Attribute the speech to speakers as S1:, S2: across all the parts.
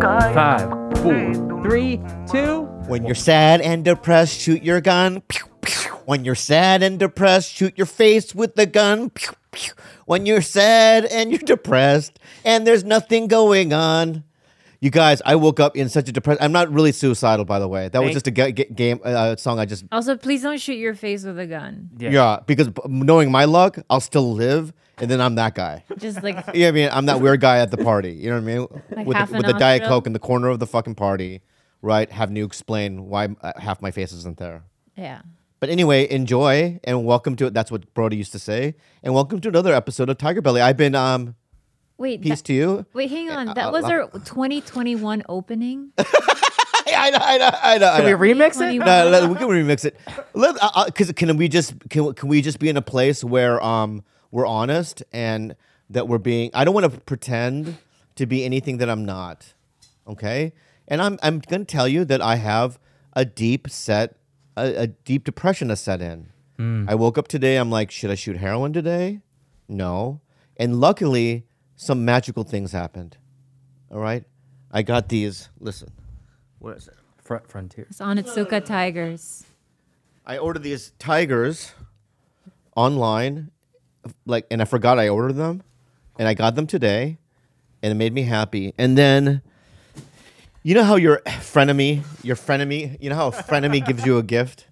S1: Five, four, three, two.
S2: When you're sad and depressed, shoot your gun. Pew, pew. When you're sad and depressed, shoot your face with the gun. Pew, pew. When you're sad and you're depressed and there's nothing going on. You guys, I woke up in such a depressed. I'm not really suicidal, by the way. That was
S1: Thank-
S2: just a ga- ga- game uh, song I just
S3: Also, please don't shoot your face with a gun.
S2: yeah. because b- knowing my luck, I'll still live, and then I'm that guy.
S3: Just like
S2: Yeah, I mean, I'm that weird guy at the party. You know what I mean? with
S3: half
S2: the,
S3: an
S2: with the Diet
S3: nostril?
S2: Coke in the corner of the fucking party, right? Having you explain why uh, half my face isn't there.
S3: yeah.
S2: But anyway, enjoy and welcome to it. That's what Brody used to say. And welcome to another episode of Tiger Belly. I've been um
S3: Wait.
S2: peace
S3: that-
S2: to you.
S3: Wait, hang on.
S2: uh,
S3: That was
S2: la-
S3: our 2021 opening.
S2: I know, I know, I know. I
S1: Can
S2: know.
S1: we remix it?
S3: 21.
S2: No, let- we can remix it. Let, uh, uh, cause can we just can, can we just be in a place where um we're honest and that we're being? I don't want to pretend to be anything that I'm not. Okay, and I'm I'm gonna tell you that I have a deep set a, a deep depression has set in. I woke up today. I'm like, should I shoot heroin today? No. And luckily, some magical things happened. All right, I got these. Listen.
S1: What is it? Front Frontier.
S3: It's on Onitsuka Tigers.
S2: I ordered these tigers online, like, and I forgot I ordered them, and I got them today, and it made me happy. And then, you know how your frenemy, your frenemy, you know how a frenemy gives you a gift.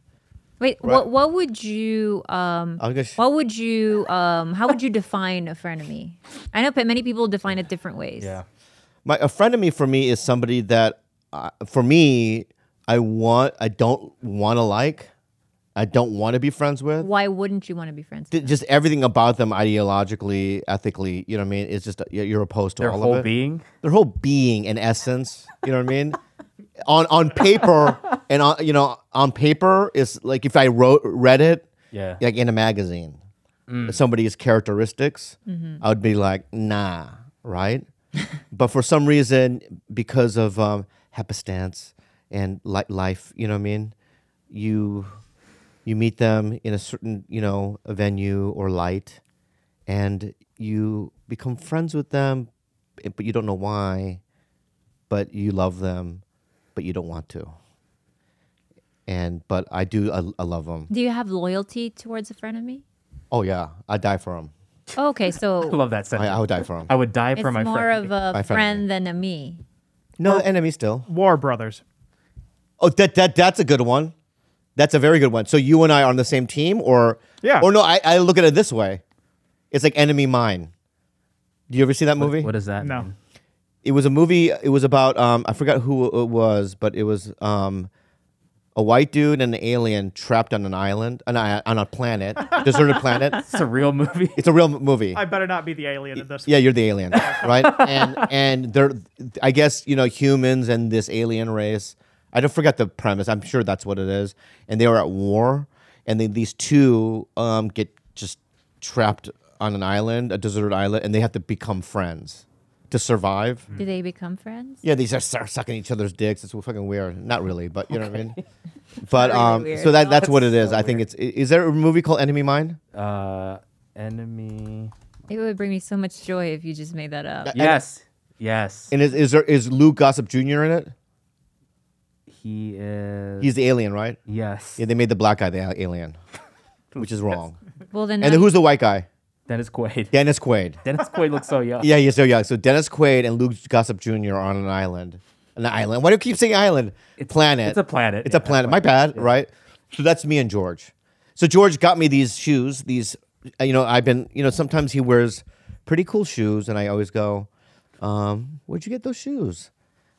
S3: Wait, what what would you um
S2: I was gonna sh-
S3: what would you um how would you define a frenemy? I know but many people define it different ways.
S1: Yeah.
S2: my a frenemy for me is somebody that uh, for me I want I don't want to like, I don't want to be friends with.
S3: Why wouldn't you want to be friends?
S2: Th- Just everything about them, ideologically, ethically, you know what I mean. It's just uh, you're you're opposed to
S1: Their
S2: all
S1: whole
S2: of it.
S1: being.
S2: their whole being and essence. You know what I mean? on on paper and on you know on paper is like if I wrote read it
S1: Yeah.
S2: like in a magazine, somebody's characteristics, I would be like nah, right? but for some reason, because of um, happenstance and li- life, you know what I mean? You you meet them in a certain you know a venue or light, and you become friends with them, eh, but you don't know why, but you love them, but you don't want to. And but I do I, I love them.
S3: Do you have loyalty towards a frenemy?
S2: Oh yeah, I die for them.
S3: Oh, okay,
S1: I
S3: so
S1: love that
S2: I,
S1: sentence.
S2: I would die for them.
S1: I would die
S3: it's
S1: for my
S3: more
S1: friend.
S3: of a
S2: My
S3: friend
S2: frenemy.
S3: than a me.
S2: No enemy still.
S4: War Brothers.
S2: Oh, that that that's a good one. That's a very good one. So you and I are on the same team, or
S4: Yeah.
S2: or no? I, I look at it this way. It's like enemy mine. Do you ever see that movie?
S1: what is that?
S4: No.
S1: mean?
S2: it was a movie. It was about um, I forgot who it was, but it was um, a white dude and an alien trapped on an island, on a, on a planet, deserted planet.
S1: It's a real movie.
S2: It's a real m- movie.
S4: I better not be the alien in this.
S2: Yeah, you're the alien, right? and and they're, I guess you know, humans and this alien race. I don't forget the premise. I'm sure that's what it is. And they were at war, and then these two um, get just trapped on an island, a deserted island, and they have to become friends to survive.
S3: Do they become friends?
S2: Yeah, these are start sucking each other's dicks. It's fucking weird. Not really, but you know what I mean. But
S3: Really
S2: um,
S3: weird.
S2: so that that's what it is. I think it's. i- Is there a movie called Enemy Mine?
S1: Uh, enemy.
S3: It would bring me so much joy if you just made that up.
S2: Yeah.
S1: Yes. Yes.
S2: And is, is there is Lou Gossip Jr. in it?
S1: He is.
S2: He's the alien, right?
S1: yes.
S2: Yeah, they made the black guy the a- alien, which is wrong.
S3: Well then,
S2: And
S3: now-
S2: who's the white guy?
S1: Dennis Quaid.
S2: Dennis Quaid.
S1: Dennis Quaid looks so young.
S2: Yeah, yeah, so yeah. So Dennis Quaid and Luke Gossip Jr. are on an island. An island. Why do you keep saying island? planet.
S1: It's a planet.
S2: It's a planet. My bad, right? So that's me and George. So George got me these shoes. These, uh, you know, I've been, you know, sometimes he wears pretty cool shoes, and I always go, um, "Where'd you get those shoes?"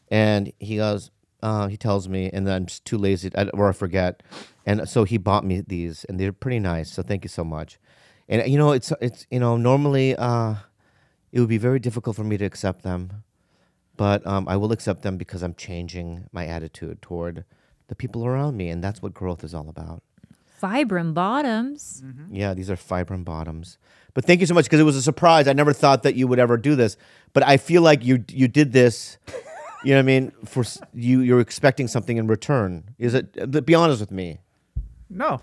S2: And he goes, uh, he tells me, and then I'm just too lazy I- or I forget, and so he bought me these, and they're pretty nice. So thank you so much. And uh, you know, it's it's you know normally uh, it would be very difficult for me to accept them but um, I will accept them because I'm changing my attitude toward the people around me, and that's what growth is all about.
S3: Vibram Bottoms.
S4: Mm-hmm.
S2: Yeah, these are fibrin bottoms. But thank you so much because it was a surprise. I never thought that you would ever do this, but I feel like you you did this. You know what I mean? For s- you, you're expecting something in return. Is it? uh, Be honest with me,
S4: No.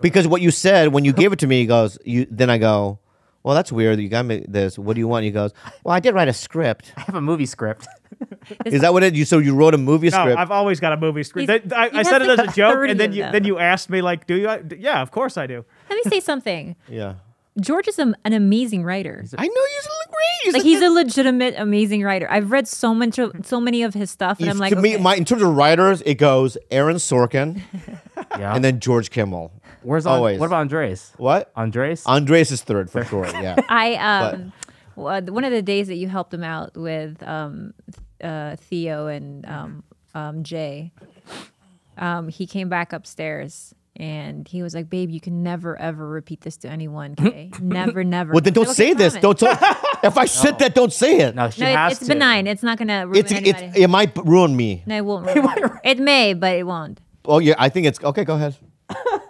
S2: because what you said when you gave it to me, he goes. You then I go. well, that's weird. You got me this. What do you want? He goes, well, I did write a script.
S1: I have a movie script.
S2: Is that what it? You so you wrote a movie
S4: No,
S2: script?
S4: I've always got a movie script.
S3: He's-
S4: They- I,
S3: he
S4: I
S3: has
S4: said it as
S3: like
S4: a joke,
S3: 30
S4: and then
S3: of
S4: you
S3: them.
S4: then you asked me like, "Do you?" I, d- yeah, of course I do.
S3: Let me say something.
S2: yeah.
S3: George is a, an amazing writer.
S2: I know he's great.
S3: Like he's a legitimate amazing writer. I've read so much, of, so many of his stuff, and I'm like,
S2: to me,
S3: okay.
S2: my in terms of writers, it goes Aaron Sorkin
S1: Yeah.
S2: and then George Kimmel.
S1: Where's An-
S2: always
S1: What about Andres?
S2: what?
S1: Andres?
S2: Andres is third for sure. Yeah.
S3: I um, w- one of the days that you helped him out with um, uh, Theo
S2: Mm-hmm.
S3: and um, um, Jay, um, he came back upstairs and he was like, "Babe, you can never ever repeat this to anyone. Okay, never, never."
S2: well, then
S3: I said,
S2: don't
S3: "Okay,
S2: say this.
S3: promise."
S2: Don't. Tell, if I said that, don't say it.
S1: no, she
S3: No, it-
S1: has
S3: it's
S1: to.
S3: benign. It's not gonna ruin
S2: It's, it's
S3: anybody.
S2: it might ruin me.
S3: no, it won't. Ruin anybody. it may, but it won't.
S2: Oh yeah, I think it's okay. Go ahead.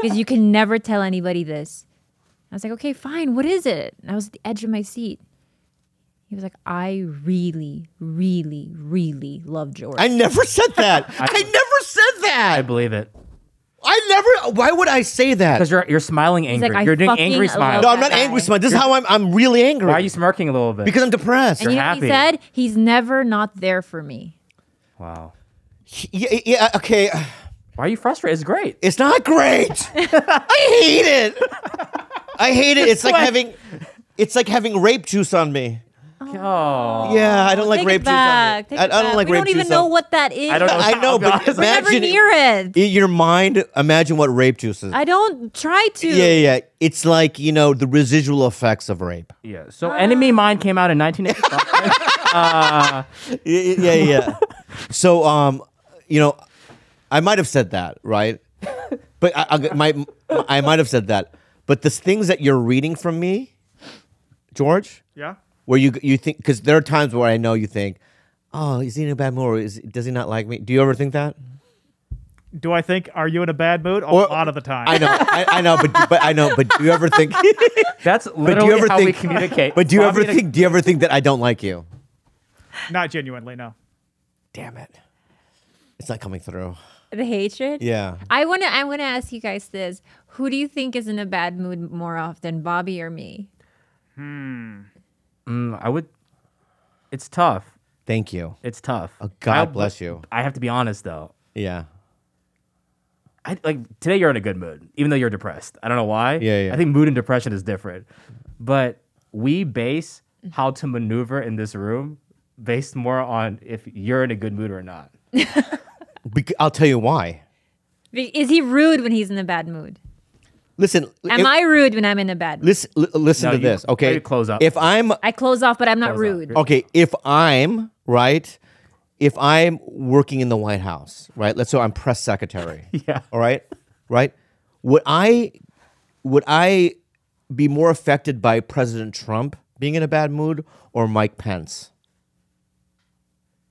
S3: because you can never tell anybody this. I was like, okay, fine. What is it? And I was at the edge of my seat. He was like, I really, really, really love George.
S2: I never said that. I, never said
S1: I
S2: that.
S1: believe it.
S2: I never. Why would I say that?
S1: Because you're you're smiling angry.
S3: like, I
S1: you're doing
S3: fucking
S1: angry
S3: love
S1: smile.
S2: No, I'm not
S3: that
S2: angry.
S3: guy.
S2: Smart. This is how I'm. I'm really angry.
S1: Why are you smirking a little bit?
S2: Because I'm depressed.
S3: and you know what he
S1: you're happy.
S3: said? He's never not there for me.
S1: wow.
S2: yeah, yeah. Okay.
S1: Why are you frustrated? It's great.
S2: It's not great. I hate it. I hate it. It's like having it's like having rape juice on me.
S1: Oh.
S2: Yeah, I don't like
S3: Take
S2: rape
S3: it
S2: juice on me.
S3: back. Take
S2: I,
S3: it
S2: I don't
S3: back.
S2: like
S3: we
S2: rape
S3: don't
S2: juice.
S3: even know
S2: on-
S3: what that is.
S1: I don't know.
S2: I know,
S1: I'll be
S2: but
S1: honest.
S3: We're never
S2: imagine-
S3: near it.
S2: In your mind, imagine what rape juice is.
S3: I don't try to.
S2: yeah, yeah, yeah. It's like, you know, the residual effects of rape.
S1: Yeah. So Enemy
S2: Ah.
S1: Mine came out in 1985.
S2: Y- y- Yeah, yeah. so, um, you know, I might have said that, right? But I, I, my, I might have said that. But the things that you're reading from me, George,
S4: Yeah.
S2: where you you think because there are times where I know you think, oh, is he in a bad mood? Or is does he not like me? Do you ever think that?
S4: Do I think? Are you in a bad mood? A
S2: Or-
S4: lot of the time.
S2: I know, I, I know, but but I know, but do you ever think?
S1: That's
S2: But do
S1: literally
S2: you ever
S1: how
S2: think?
S1: we communicate.
S2: But do you
S1: Well, I
S2: ever
S1: mean,
S2: think? Do you ever think that I don't like you?
S4: Not genuinely. No.
S2: Damn it, it's not coming through.
S3: The hatred.
S2: Yeah,
S3: I wanna I wanna ask you guys this. Who do you think is in a bad mood more often, Bobby or me?
S1: mm, I would. It's tough.
S2: thank you.
S1: It's tough.
S2: Oh, God
S1: I'll-
S2: bless you.
S1: I have to be honest though.
S2: Yeah,
S1: I, like today you're in a good mood, even though you're depressed. I don't know why.
S2: Yeah, yeah.
S1: I think mood and depression is different. But we base how to maneuver in this room based more on if you're in a good mood or not.
S2: Bec- I'll tell you why.
S3: Be- Is he rude when he's in a bad mood?
S2: Listen,
S3: Am
S2: if-
S3: I rude when I'm in a bad mood?
S2: Listen, li- listen
S1: No,
S2: to
S1: you-
S2: this. Okay,
S1: you close up.
S2: If I'm
S3: I close off, but I'm not
S1: Close up.
S3: rude.
S2: okay, if I'm right, if I'm working in the White House, right? Let's say I'm press secretary.
S1: Yeah.
S2: All right. Right. Would I would I be more affected by President Trump being in a bad mood or Mike Pence?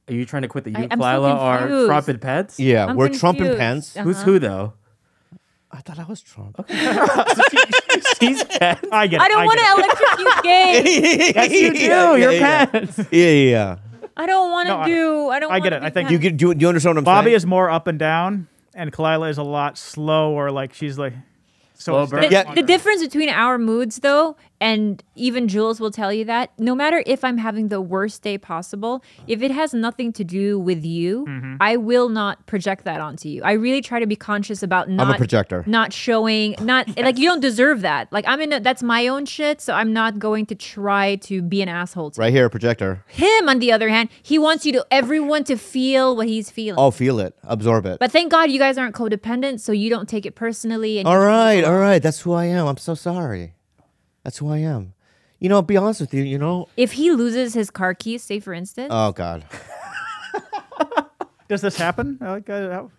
S1: Are you trying to quit the
S3: I-
S1: you
S3: I'm so
S1: Lila or
S3: confused.
S1: trumpet pets?
S2: Yeah,
S3: I'm
S2: we're Trump and
S3: confused.
S2: Pence.
S3: Uh,
S1: Who's who though?
S2: I thought I was Trump.
S1: She's Pence.
S4: I get. It.
S3: I don't want
S4: get it.
S3: to electrocute gays.
S2: yes,
S1: You do. you're
S2: yeah,
S1: Pence.
S2: Yeah, yeah. yeah.
S3: I don't want to
S4: No, I-
S3: do. I don't.
S4: I get
S3: wanna
S4: it.
S3: be
S4: I think
S2: You
S3: kind-
S2: get, do, you- do you understand what I'm
S4: Bobby
S2: saying?
S4: is more up and down, and Kalila is a lot slower. Like she's like. So
S1: Slow
S4: it's
S1: burn.
S3: The,
S4: different
S2: Yeah.
S4: on
S3: the
S4: her.
S3: difference between our moods, though, and even Jules will tell you that no matter if I'm having the worst day possible, if it has nothing to do with you,
S4: Mm-hmm.
S3: I will not project that onto you. I really try to be conscious about not
S2: projector.
S3: not showing, not like you don't deserve that. Like I'm in a, that's my own shit, so I'm not going to try to be an asshole to
S2: right here, projector.
S3: Him, on the other hand, he wants you to everyone to feel what he's feeling.
S2: Oh, feel it, absorb it.
S3: But thank God you guys aren't codependent, so you don't take it personally. And
S2: All right, all right. That's who I am. I'm so sorry. That's who I am. You know, I'll be honest with you. You know,
S3: if he loses his car keys, say for instance,
S2: oh God,
S4: Does this happen? Like, uh, how-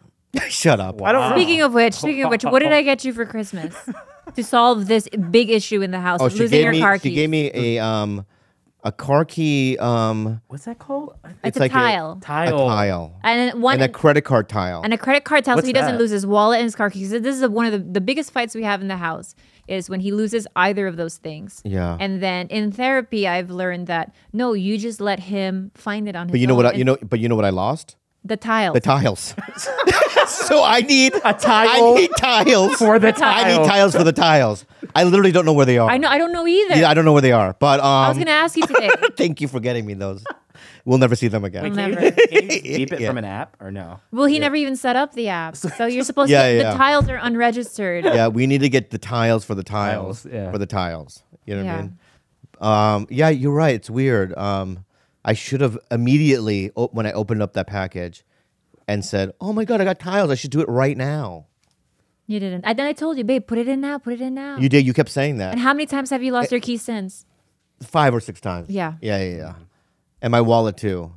S2: shut up.
S4: I don't. know.
S3: speaking of which, speaking of which, what did I get you for Christmas to solve this big issue in the house?
S2: Oh, she
S3: losing
S2: gave
S3: your
S2: me.
S3: car
S2: She
S3: keys.
S2: gave me a um, a car key um,
S1: What's that called?
S3: it's,
S2: it's like
S3: a
S2: a-
S3: tile
S2: a
S1: Tile.
S2: tile
S3: and then one
S2: and a credit card tile.
S3: and a credit card tell so
S1: What's
S3: he doesn't
S1: that?
S3: lose his wallet and his car keys. This is one of the, the biggest fights we have in the house is when he loses either of those things.
S2: Yeah.
S3: And then in therapy, I've learned that no, you just let him find it on his.
S2: but you know what?
S3: own
S2: I, you
S3: and
S2: know. But you know what I lost?
S3: the tile.
S2: The tiles. so I need
S1: A tile
S2: I need tiles
S1: for the
S2: I
S1: tile.
S2: need tiles for the tiles. I literally don't know where they are.
S3: I know. I don't know either.
S2: Yeah, I don't know where they are. But um,
S3: I was gonna ask you today.
S2: thank you for getting me those. We'll never see them again.
S3: We'll
S1: Can you-
S3: never.
S1: can you beep it
S2: Yeah.
S1: from an app or no?
S3: Well, he never even set up the app, so you're supposed
S2: Yeah,
S3: to.
S2: yeah.
S3: The tiles are unregistered.
S2: yeah, we need to get the tiles for the tiles,
S1: Tiles, yeah.
S2: for the tiles. You know
S3: Yeah.
S2: what I mean? Um, yeah, you're right. It's weird. Um, I should have immediately o- when I opened up that package and said, "Oh my god, I got tiles. I should do it right now."
S3: You didn't. And then I told you, babe, put it in now. Put it in now.
S2: You Eh. did. You kept saying that
S3: and how many times have you lost your key since?
S2: five or six times.
S3: Yeah.
S2: Yeah, yeah, yeah. And my wallet too.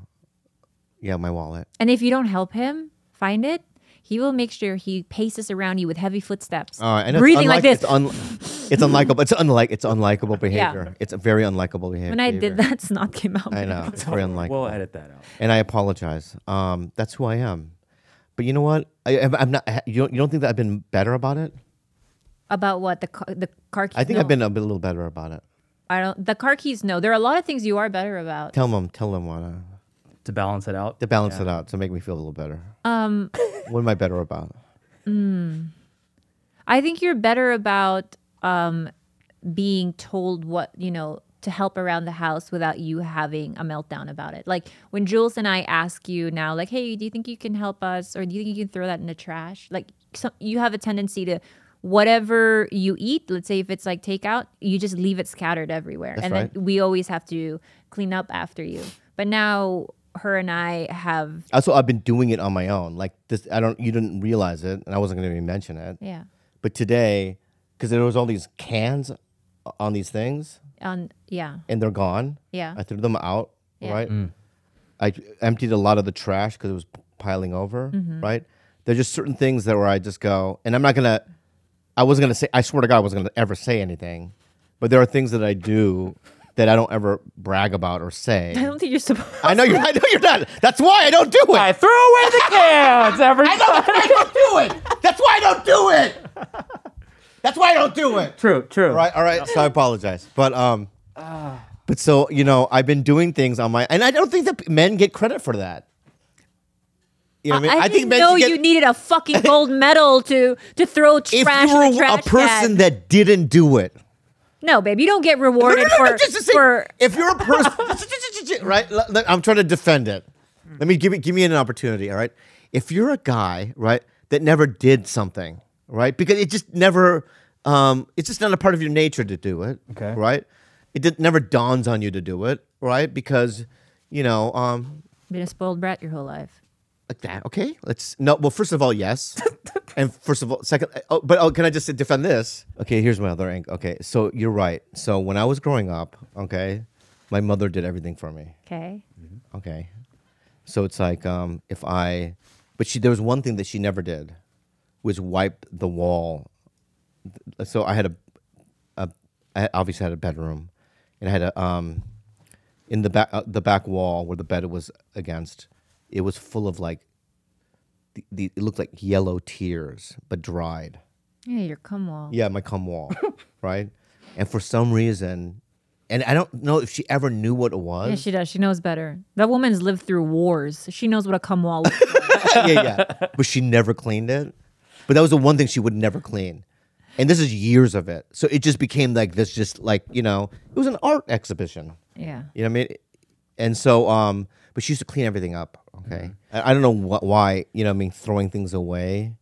S2: Yeah, my wallet.
S3: And if you don't help him find it, he will make sure he paces around you with heavy footsteps,
S2: All right. Uh, And it's
S3: breathing
S2: unlike-
S3: like this.
S2: It's, un- it's unlikable. It's unlike. It's unlikable behavior. It's a very unlikable behavior.
S3: when I did that, snot came out.
S2: I know. It's very unlikable.
S1: We'll edit that out.
S2: and I apologize. Um, that's who I am. But you know what? I, I'm I'm not. You don't, you don't think that I've been better about it?
S3: About what the car, the car keys?
S2: I think
S3: no.
S2: I've been a bit- little better about it.
S3: I don't. The car keys. No, there are a lot of things you are better about.
S2: Tell them. Tell them what. Uh,
S1: To balance it out.
S2: to balance it out to make me feel a little better. Um, what am I better about?
S3: I think you're better about um, being told what you know to help around the house without you having a meltdown about it. Like when Jules and I ask you now, like, "Hey, do you think you can help us, or do you think you can throw that in the trash?" Like, so you have a tendency to whatever you eat. Let's say if it's like takeout, you just leave it scattered everywhere, and
S2: right.
S3: then we always have to clean up after you. But now her and I have,
S2: Also, I've been doing it on my own. Like this, I don't. You didn't realize it, and I wasn't going to even mention it.
S3: yeah,
S2: But today, because there was all these cans on these things,
S3: on um, yeah,
S2: and they're gone.
S3: yeah.
S2: I threw them out,
S3: Yeah.
S2: right? I emptied a lot of the trash because it was p- piling over, right? There's just certain things that where I just go, and I'm not gonna, I wasn't gonna say, I swear to God, I wasn't gonna ever say anything, but there are things that I do that I don't ever brag about or
S3: I
S2: say.
S3: don't think you're supposed.
S2: I know you're, I know you're not. That's why I don't do it.
S1: I throw away the cans every time.
S2: I don't do it. That's why I don't do it. That's why I don't do it.
S1: True, true.
S2: All right, all right. So I apologize, but um, but so you know, I've been doing things on my, and I don't think that men get credit for that. You know what I mean?
S3: I, didn't
S2: men
S3: know
S2: should get-
S3: you needed a fucking gold medal to to throw trash.
S2: If
S3: in
S2: you
S3: the
S2: were a
S3: trash
S2: person
S3: bag.
S2: that didn't do it,
S3: no, babe, you don't get
S2: No,
S3: rewarded
S2: no, no, no,
S3: for
S2: just to say,
S3: for.
S2: if you're a person, right? l- l- I'm trying to defend it.
S3: Hmm.
S2: Let me give me give me an opportunity, all right? If you're a guy, right, that never did something, right? Because it just never, um, it's just not a part of your nature to do it,
S1: Okay.
S2: right? It did, never dawns on you to do it, right? Because, you know, um,
S3: Been a spoiled brat your whole life.
S2: like that. Okay, let's no. Well, first of all, yes, and first of all, second. Oh, but oh, can I just defend this? Okay, here's my other angle. Okay, so you're right. So when I was growing up, okay, my mother did everything for me.
S3: Okay,
S2: Okay, so it's like um, if I, but she there was one thing that she never did, was wipe the wall. So I had a, a I obviously had a bedroom, and I had a um, in the back uh, the back wall where the bed was against, it was full of like the, the it looked like yellow tears but dried.
S3: yeah, your cum wall.
S2: Yeah, my cum wall, right? And for some reason, and I don't know if she ever knew what it
S3: Yeah,
S2: was.
S3: she does. She knows better. That woman's lived through wars. She knows what a cum wall. looks like.
S2: yeah, yeah. But she never cleaned it. But that was the one thing she would never clean. And this is years of it. So it just became like this just like, you know, it was an art exhibition.
S3: Yeah,
S2: You know what I mean? And so, um, but she used to clean everything up. Okay.
S1: Mm-hmm.
S2: I, I don't know what, why, you know what I mean? Throwing things away.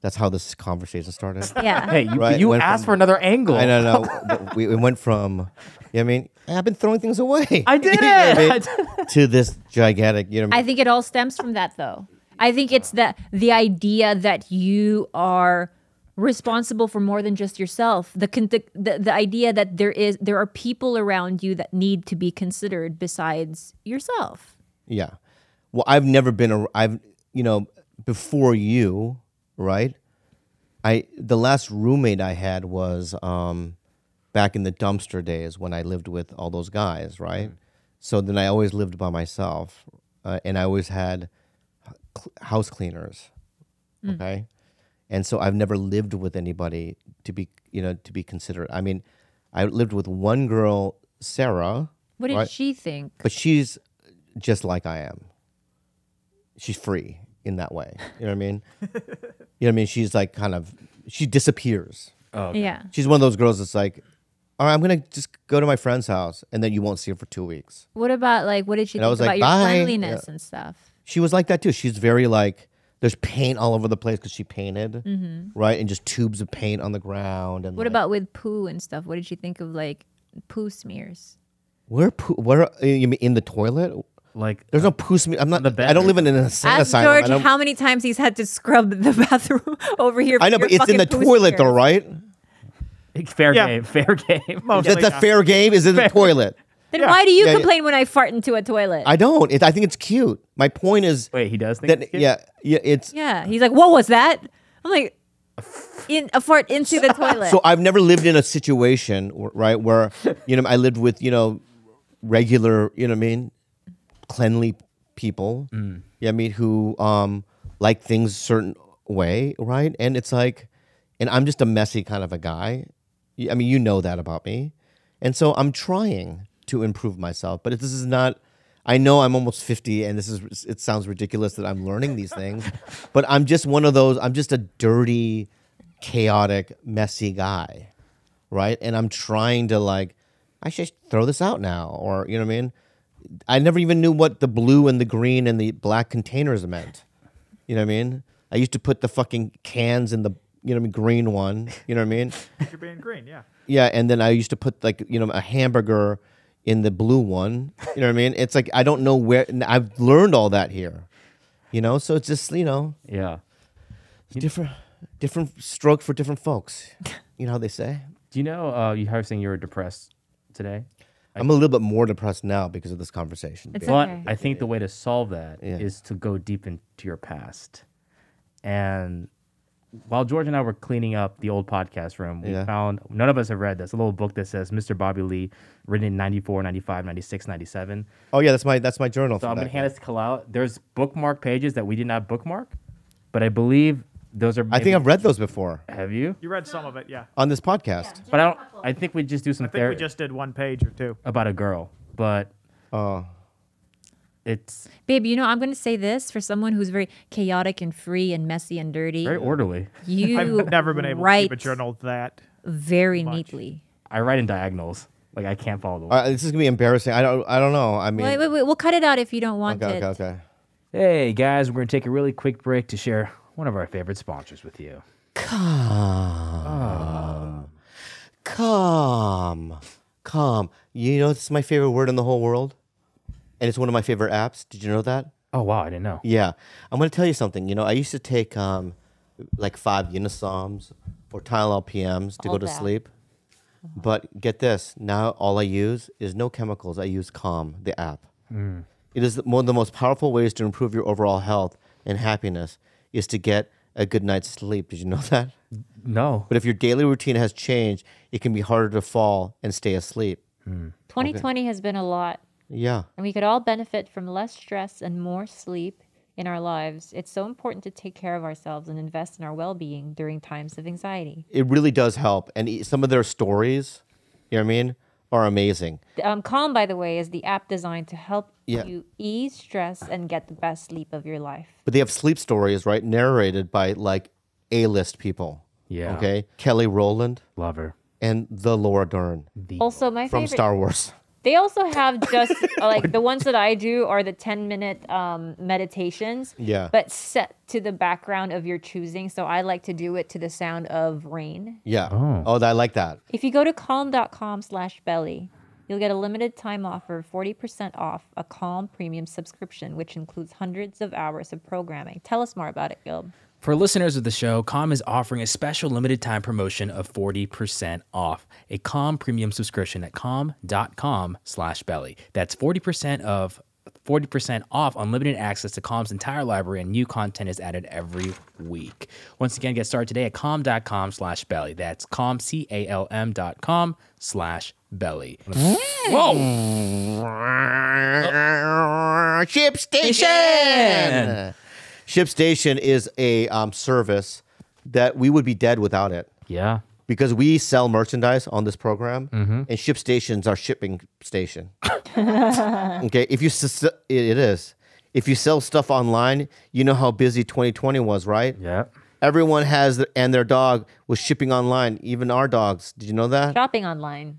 S2: That's how this conversation started.
S3: yeah.
S1: Hey, you,
S2: Right,
S1: you
S2: went
S1: asked
S2: from-
S1: for another angle.
S2: I don't know. But we, we went from, you know what I mean? I've been throwing things away.
S1: I did
S2: You know what I
S1: it.
S2: mean? to this gigantic, you know what I
S3: I
S2: mean?
S3: think it all stems from that though. I think it's the the idea that you are responsible for more than just yourself. The, con- the the the idea that there is there are people around you that need to be considered besides yourself.
S2: Yeah. Well, I've never been a. I've you know before you, right? I the last roommate I had was um, back in the dumpster days when I lived with all those guys, right? So then I always lived by myself, uh, and I always had cl- house cleaners, okay. And so I've never lived with anybody to be you know to be considered. I mean, I lived with one girl, Sarah.
S3: What did
S2: right?
S3: she think?
S2: but she's just like I am. She's free. in that way. You know what I mean? you know what I mean? She's like kind of she disappears.
S1: Oh, okay.
S3: Yeah.
S2: She's one of those girls that's like, all right, I'm gonna just go to my friend's house, and then you won't see her for two weeks.
S3: What about like what did she
S2: And I
S3: think
S2: was
S3: about
S2: like,
S3: your
S2: "Bye."
S3: cleanliness and stuff?
S2: She was like that too. She's very like there's paint all over the place because she painted, right? And just tubes of paint on the ground. And
S3: What
S2: like,
S3: about with poo and stuff? What did she think of like poo smears?
S2: where? Poo- where uh, you mean in the toilet?
S1: Like
S2: There's no poo smear. I'm not.
S1: The
S2: I don't live in an insane
S3: Ask
S2: asylum. I
S3: George
S2: don't-
S3: how many times he's had to scrub the bathroom over here.
S2: I know,
S3: for
S2: but
S3: your
S2: it's in the
S3: fucking poo
S2: toilet though,
S3: smears.
S2: right?
S1: fair
S4: Yeah.
S1: game, fair game.
S4: Mostly,
S2: Is that the
S4: yeah.
S2: fair game? Is in the toilet?
S3: Then why do you
S2: Yeah, yeah.
S3: complain when I fart into a toilet?
S2: I don't. It, I think it's cute. My point is
S1: Wait, he does think.
S2: that
S1: it's cute?
S2: yeah, yeah. It's
S3: yeah, he's like, what was that? I'm like, in a fart into the toilet.
S2: So I've never lived in a situation, wh- right, where you know I lived with you know regular, you know what I mean, cleanly people. Yeah, I mean who um like things a certain way, right? And it's like, and I'm just a messy kind of a guy. Y- I mean, you know that about me, and so I'm trying to improve myself, but this is not. I know I'm almost 50 and this is it sounds ridiculous that I'm learning these things, but I'm just one of those I'm just a dirty, chaotic, messy guy, right? And I'm trying to like I should throw this out now or you know what I mean? I never even knew what the blue and the green and the black containers meant. You know what I mean? I used to put the fucking cans in the you know what I mean green one, you know what I mean?
S4: You're being green, yeah.
S2: Yeah, and then I used to put like you know a hamburger in the blue one. You know what I mean? It's like I don't know where and I've learned all that here. You know, so it's just you know
S1: yeah.
S2: different, different stroke for different folks. You know how they say.
S1: Do you know? Uh, you heard saying you were depressed today.
S2: I'm a little bit more depressed now because of this conversation.
S3: It's
S2: Bill.
S1: But
S3: Okay.
S1: I think the way to solve that is
S2: Yeah.
S1: to go deep into your past. And while George and I were cleaning up the old podcast room, we
S2: Yeah.
S1: found none of us have read this a little book that says Mr. Bobby Lee, written in 94, 95, 96, 97.
S2: oh yeah, that's my that's my journal.
S1: So
S2: for
S1: I'm going
S2: that.
S1: to hand this to Kalal. There's bookmark pages that we did not bookmark, but I believe those are.
S2: I think
S1: maybe-
S2: I've read those before
S1: Have you?
S4: You read some of it, yeah.
S2: on this podcast.
S1: But I don't. I think we just do some
S4: I think we
S1: therapy
S4: just did one page or two.
S1: about a girl, but
S2: Oh,
S1: it's
S3: Babe, you know, I'm going to say this for someone who's very chaotic and free and messy and dirty.
S1: very orderly.
S3: You
S4: I've never been able to
S3: write
S4: keep a journal that.
S3: very
S4: much.
S3: neatly.
S1: I write in diagonals. Like I can't follow the.
S2: All right, this is gonna be embarrassing. I don't I don't know. I mean,
S3: Wait, wait, wait. We'll cut it out if you don't want
S2: okay,
S3: it.
S2: okay, okay.
S1: Hey guys, we're going to take a really quick break to share one of our favorite sponsors with you.
S2: Calm. Calm. You know, it's my favorite word in the whole world. And it's one of my favorite apps. Did you know that?
S1: Oh wow, I didn't know.
S2: Yeah. I'm going to tell you something. You know, I used to take um, like five Unisoms or Tylenol PMs to
S3: All
S2: go to
S3: bad.
S2: sleep. But get this now all I use is no chemicals. I use Calm, the app. It is one of the most powerful ways to improve your overall health and happiness is to get a good night's sleep. Did you know that?
S1: No.
S2: But if your daily routine has changed, it can be harder to fall and stay asleep.
S5: 2020 has been a lot,
S2: Yeah.
S5: and we could all benefit from less stress and more sleep in our lives. It's so important to take care of ourselves and invest in our well being during times of anxiety.
S2: It really does help. And e- some of their stories, you know what I mean, are amazing.
S5: Um, Calm, by the way, is the app designed to help
S2: Yeah.
S5: you ease stress and get the best sleep of your life.
S2: But they have sleep stories, right? Narrated by like A list people.
S1: Yeah.
S2: Okay. Kelly Rowland
S1: Lover.
S2: and the Laura Dern
S5: Also, my
S2: from
S5: favorite.
S2: Star Wars.
S5: They also have just uh, like the ones that I do are the 10 minute um, meditations.
S2: Yeah.
S5: But set to the background of your choosing. So I like to do it to the sound of rain.
S2: Yeah.
S1: Oh.
S2: Oh, I like that.
S5: If you go to calm.com slash belly, you'll get a limited time offer of 40% off a Calm premium subscription, which includes hundreds of hours of programming. Tell us more about it, Gilb.
S6: For listeners of the show, Calm is offering a special limited time promotion of 40% off a Calm premium subscription at calm.com slash belly. That's 40% of 40% off unlimited access to Calm's entire library and new content is added every week. Once again, get started today at calm.com slash belly. That's calm, C-A-L-M dot com slash belly. Whoa!
S2: Ship Station. Ship Station is a um, service that we would be dead without it.
S1: Yeah.
S2: because we sell merchandise on this program,
S1: Mm-hmm.
S2: and ship stations are shipping station. okay, if you sus- it it is. If you sell stuff online, you know how busy 2020 was, right?
S1: Yeah.
S2: Everyone has th- and their dog was shipping online, even our dogs. Did you know that?
S5: Shopping online.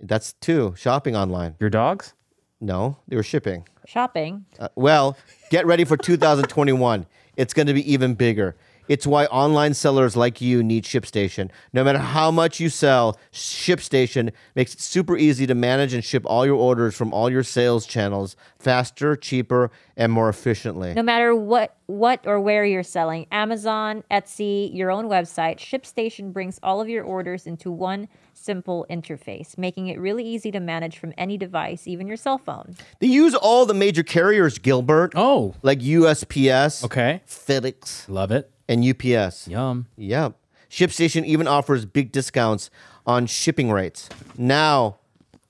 S2: That's two shopping online.
S1: Your dogs?
S2: No, they were shipping.
S5: Shopping.
S2: Uh, well, get ready for 2021. It's going to be even bigger. It's why online sellers like you need ShipStation. No matter how much you sell, ShipStation makes it super easy to manage and ship all your orders from all your sales channels faster, cheaper, and more efficiently.
S5: No matter what what or where you're selling, Amazon, Etsy, your own website, ShipStation brings all of your orders into one simple interface, making it really easy to manage from any device, even your cell phone.
S2: They use all the major carriers, Gilbert.
S6: Oh,
S2: Like USPS,
S6: okay.
S2: FedEx,
S6: Love it.
S2: and UPS.
S6: Yum.
S2: Yep. ShipStation even offers big discounts on shipping rates. Now,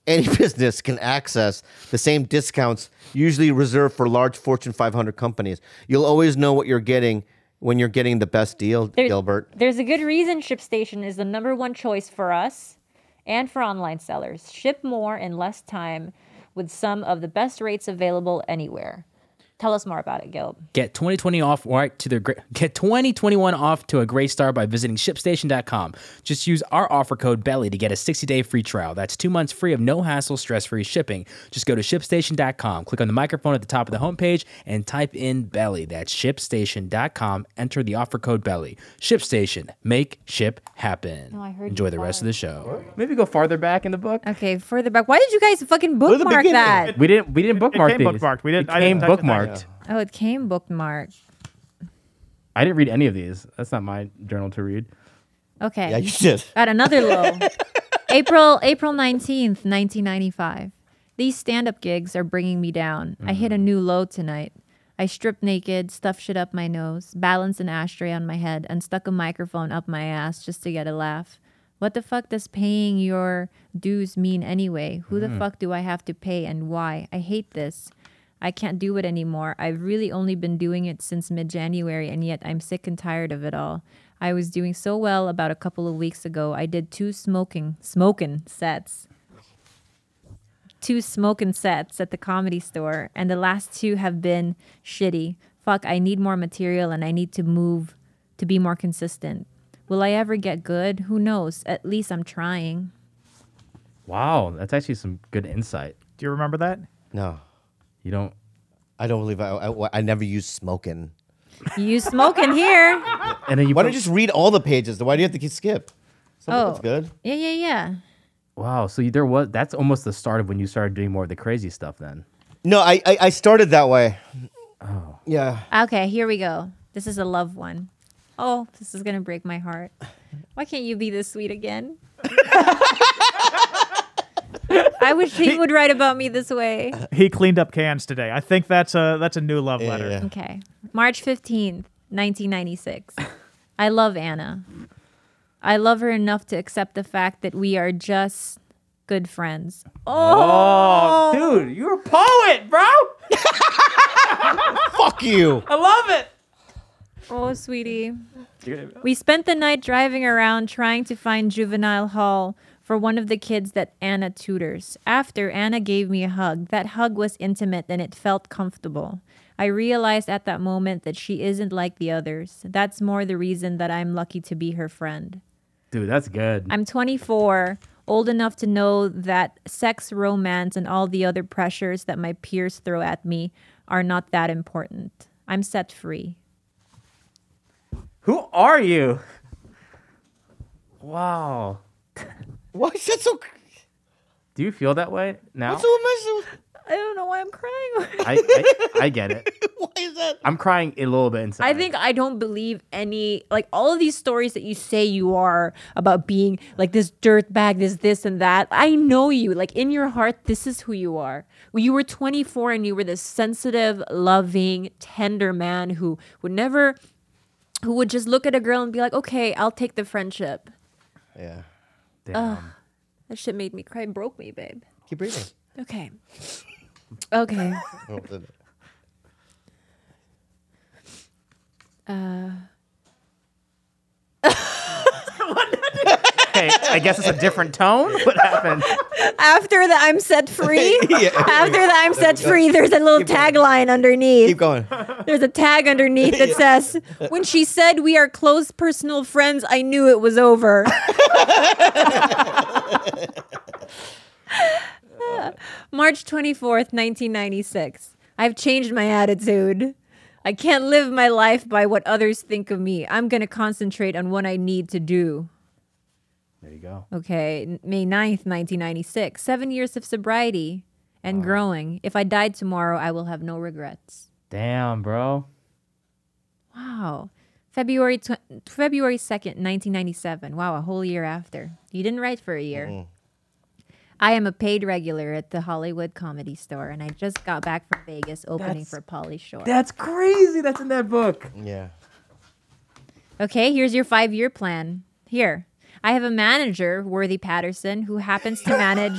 S2: any business can access the same discounts usually reserved for large Fortune 500 companies. You'll always know what you're getting when you're getting the best deal,
S5: There-
S2: Gilbert.
S5: There's a good reason ShipStation is the number one choice for us and for online sellers. Ship more in less time with some of the best rates available anywhere. Tell us more about it, Gilb.
S6: Get 2020 off right to their great get 2021 off to a great start by visiting shipstation.com. Just use our offer code belly to get a 60-day free trial. That's 2 months free of no hassle, stress-free shipping. Just go to shipstation.com, click on the microphone at the top of the homepage and type in belly. That's shipstation.com. Enter the offer code belly. Shipstation, make ship happen.
S5: I heard
S6: Enjoy
S5: you
S6: the rest of the show.
S1: Maybe go farther back in the book.
S3: Okay, further back. Why did you guys fucking bookmark
S2: beginning.
S3: that?
S1: We didn't. We didn't bookmark
S4: came
S1: these.
S4: bookmarked. We didn't-
S1: It
S4: I
S1: came
S4: didn't type it back.
S1: bookmarked.
S3: Oh, it came bookmarked.
S1: I didn't read any of these. That's not my journal to read.
S3: Okay.
S2: Yeah, you did.
S3: At another low. April April 19th, 1995. These stand-up gigs are bringing me down. I hit a new low tonight. I stripped naked, stuffed shit up my nose, balanced an ashtray on my head, and stuck a microphone up my ass just to get a laugh. What the fuck does paying your dues mean anyway? Who the fuck do I have to pay and why? I hate this. I can't do it anymore. I've really only been doing it since mid January, and yet I'm sick and tired of it all. I was doing so well about a couple of weeks ago. I did two smoking, smoking sets. Two smoking sets at the comedy store, and the last two have been shitty. Fuck, I need more material and I need to move to be more consistent. Will I ever get good? Who knows? At least I'm trying.
S1: Wow, that's actually some good insight.
S4: Do you remember that?
S2: No,
S1: You don't.
S2: I don't believe I, I, I never used smoking.
S3: You smoking here.
S1: And then you.
S2: Why
S1: put-
S2: don't you just read all the pages? Why do you have to keep skip? Some of
S3: Oh.
S2: it's good.
S3: Yeah, yeah, yeah.
S1: Wow. So there was. That's almost the start of when you started doing more of the crazy stuff. Then.
S2: No, I, I, I started that way. Oh. Yeah.
S3: Okay, here we go. This is a love one. Oh, this is gonna break my heart. Why can't you be this sweet again? I wish he would write about me this way.
S4: He cleaned up cans today. I think that's a that's a new love letter.
S2: yeah.
S3: Okay. March 15th, 1996. I love Anna. I love her enough to accept the fact that we are just good friends.
S1: Oh, dude, you're a poet, bro.
S2: Fuck you.
S1: I love it.
S3: Oh, sweetie. We spent the night driving around trying to find juvenile hall for one of the kids that Anna tutors. After, Anna gave me a hug. That hug was intimate and it felt comfortable. I realized at that moment that she isn't like the others. That's more the reason that I'm lucky to be her friend.
S1: Dude, that's good.
S3: I'm 24, old enough to know that sex, romance, and all the other pressures that my peers throw at me are not that important. I'm set free.
S1: Who are you? Wow.
S2: Why is that so?
S1: Do you feel that way now?
S2: What's so emotional?
S3: I don't know why I'm crying.
S1: I, I I get it.
S2: Why is that?
S1: I'm crying a little bit inside.
S3: I think I don't believe any like all of these stories that you say you are about being like this dirt bag, this this and that. I know you. Like in your heart, this is who you are. You were 24 and you were this sensitive, loving, tender man who would never who would just look at a girl and be like, "Okay, I'll take the friendship."
S2: Yeah.
S1: Damn.
S3: uh, That shit made me cry, broke me, babe.
S2: Keep reading.
S3: Okay. Okay.
S2: Oh,
S1: okay, I guess it's a different tone. What happened?
S3: After the I'm set free, after the I'm set free, there's a little tagline
S2: Keep
S3: underneath.
S2: going.
S3: There's a tag underneath that says, "When she said we are close personal friends, I knew it was over." March 24th, 1996. I've changed my attitude. I can't live my life by what others think of me. I'm going to concentrate on what I need to do.
S1: There you go.
S3: Okay, n- May 9th, 1996. Seven years of sobriety and growing. If I died tomorrow, I will have no regrets.
S1: Damn, bro.
S3: Wow. February tw- February 2nd, 1997. Wow, a whole year after. You didn't write for a year. I am a paid regular at the Hollywood Comedy Store, and I just got back from Vegas opening for Polly Shore.
S1: That's crazy. That's in that book.
S2: Yeah.
S3: Okay, here's your five year plan. Here. I have a manager, Worthy Patterson, who happens to manage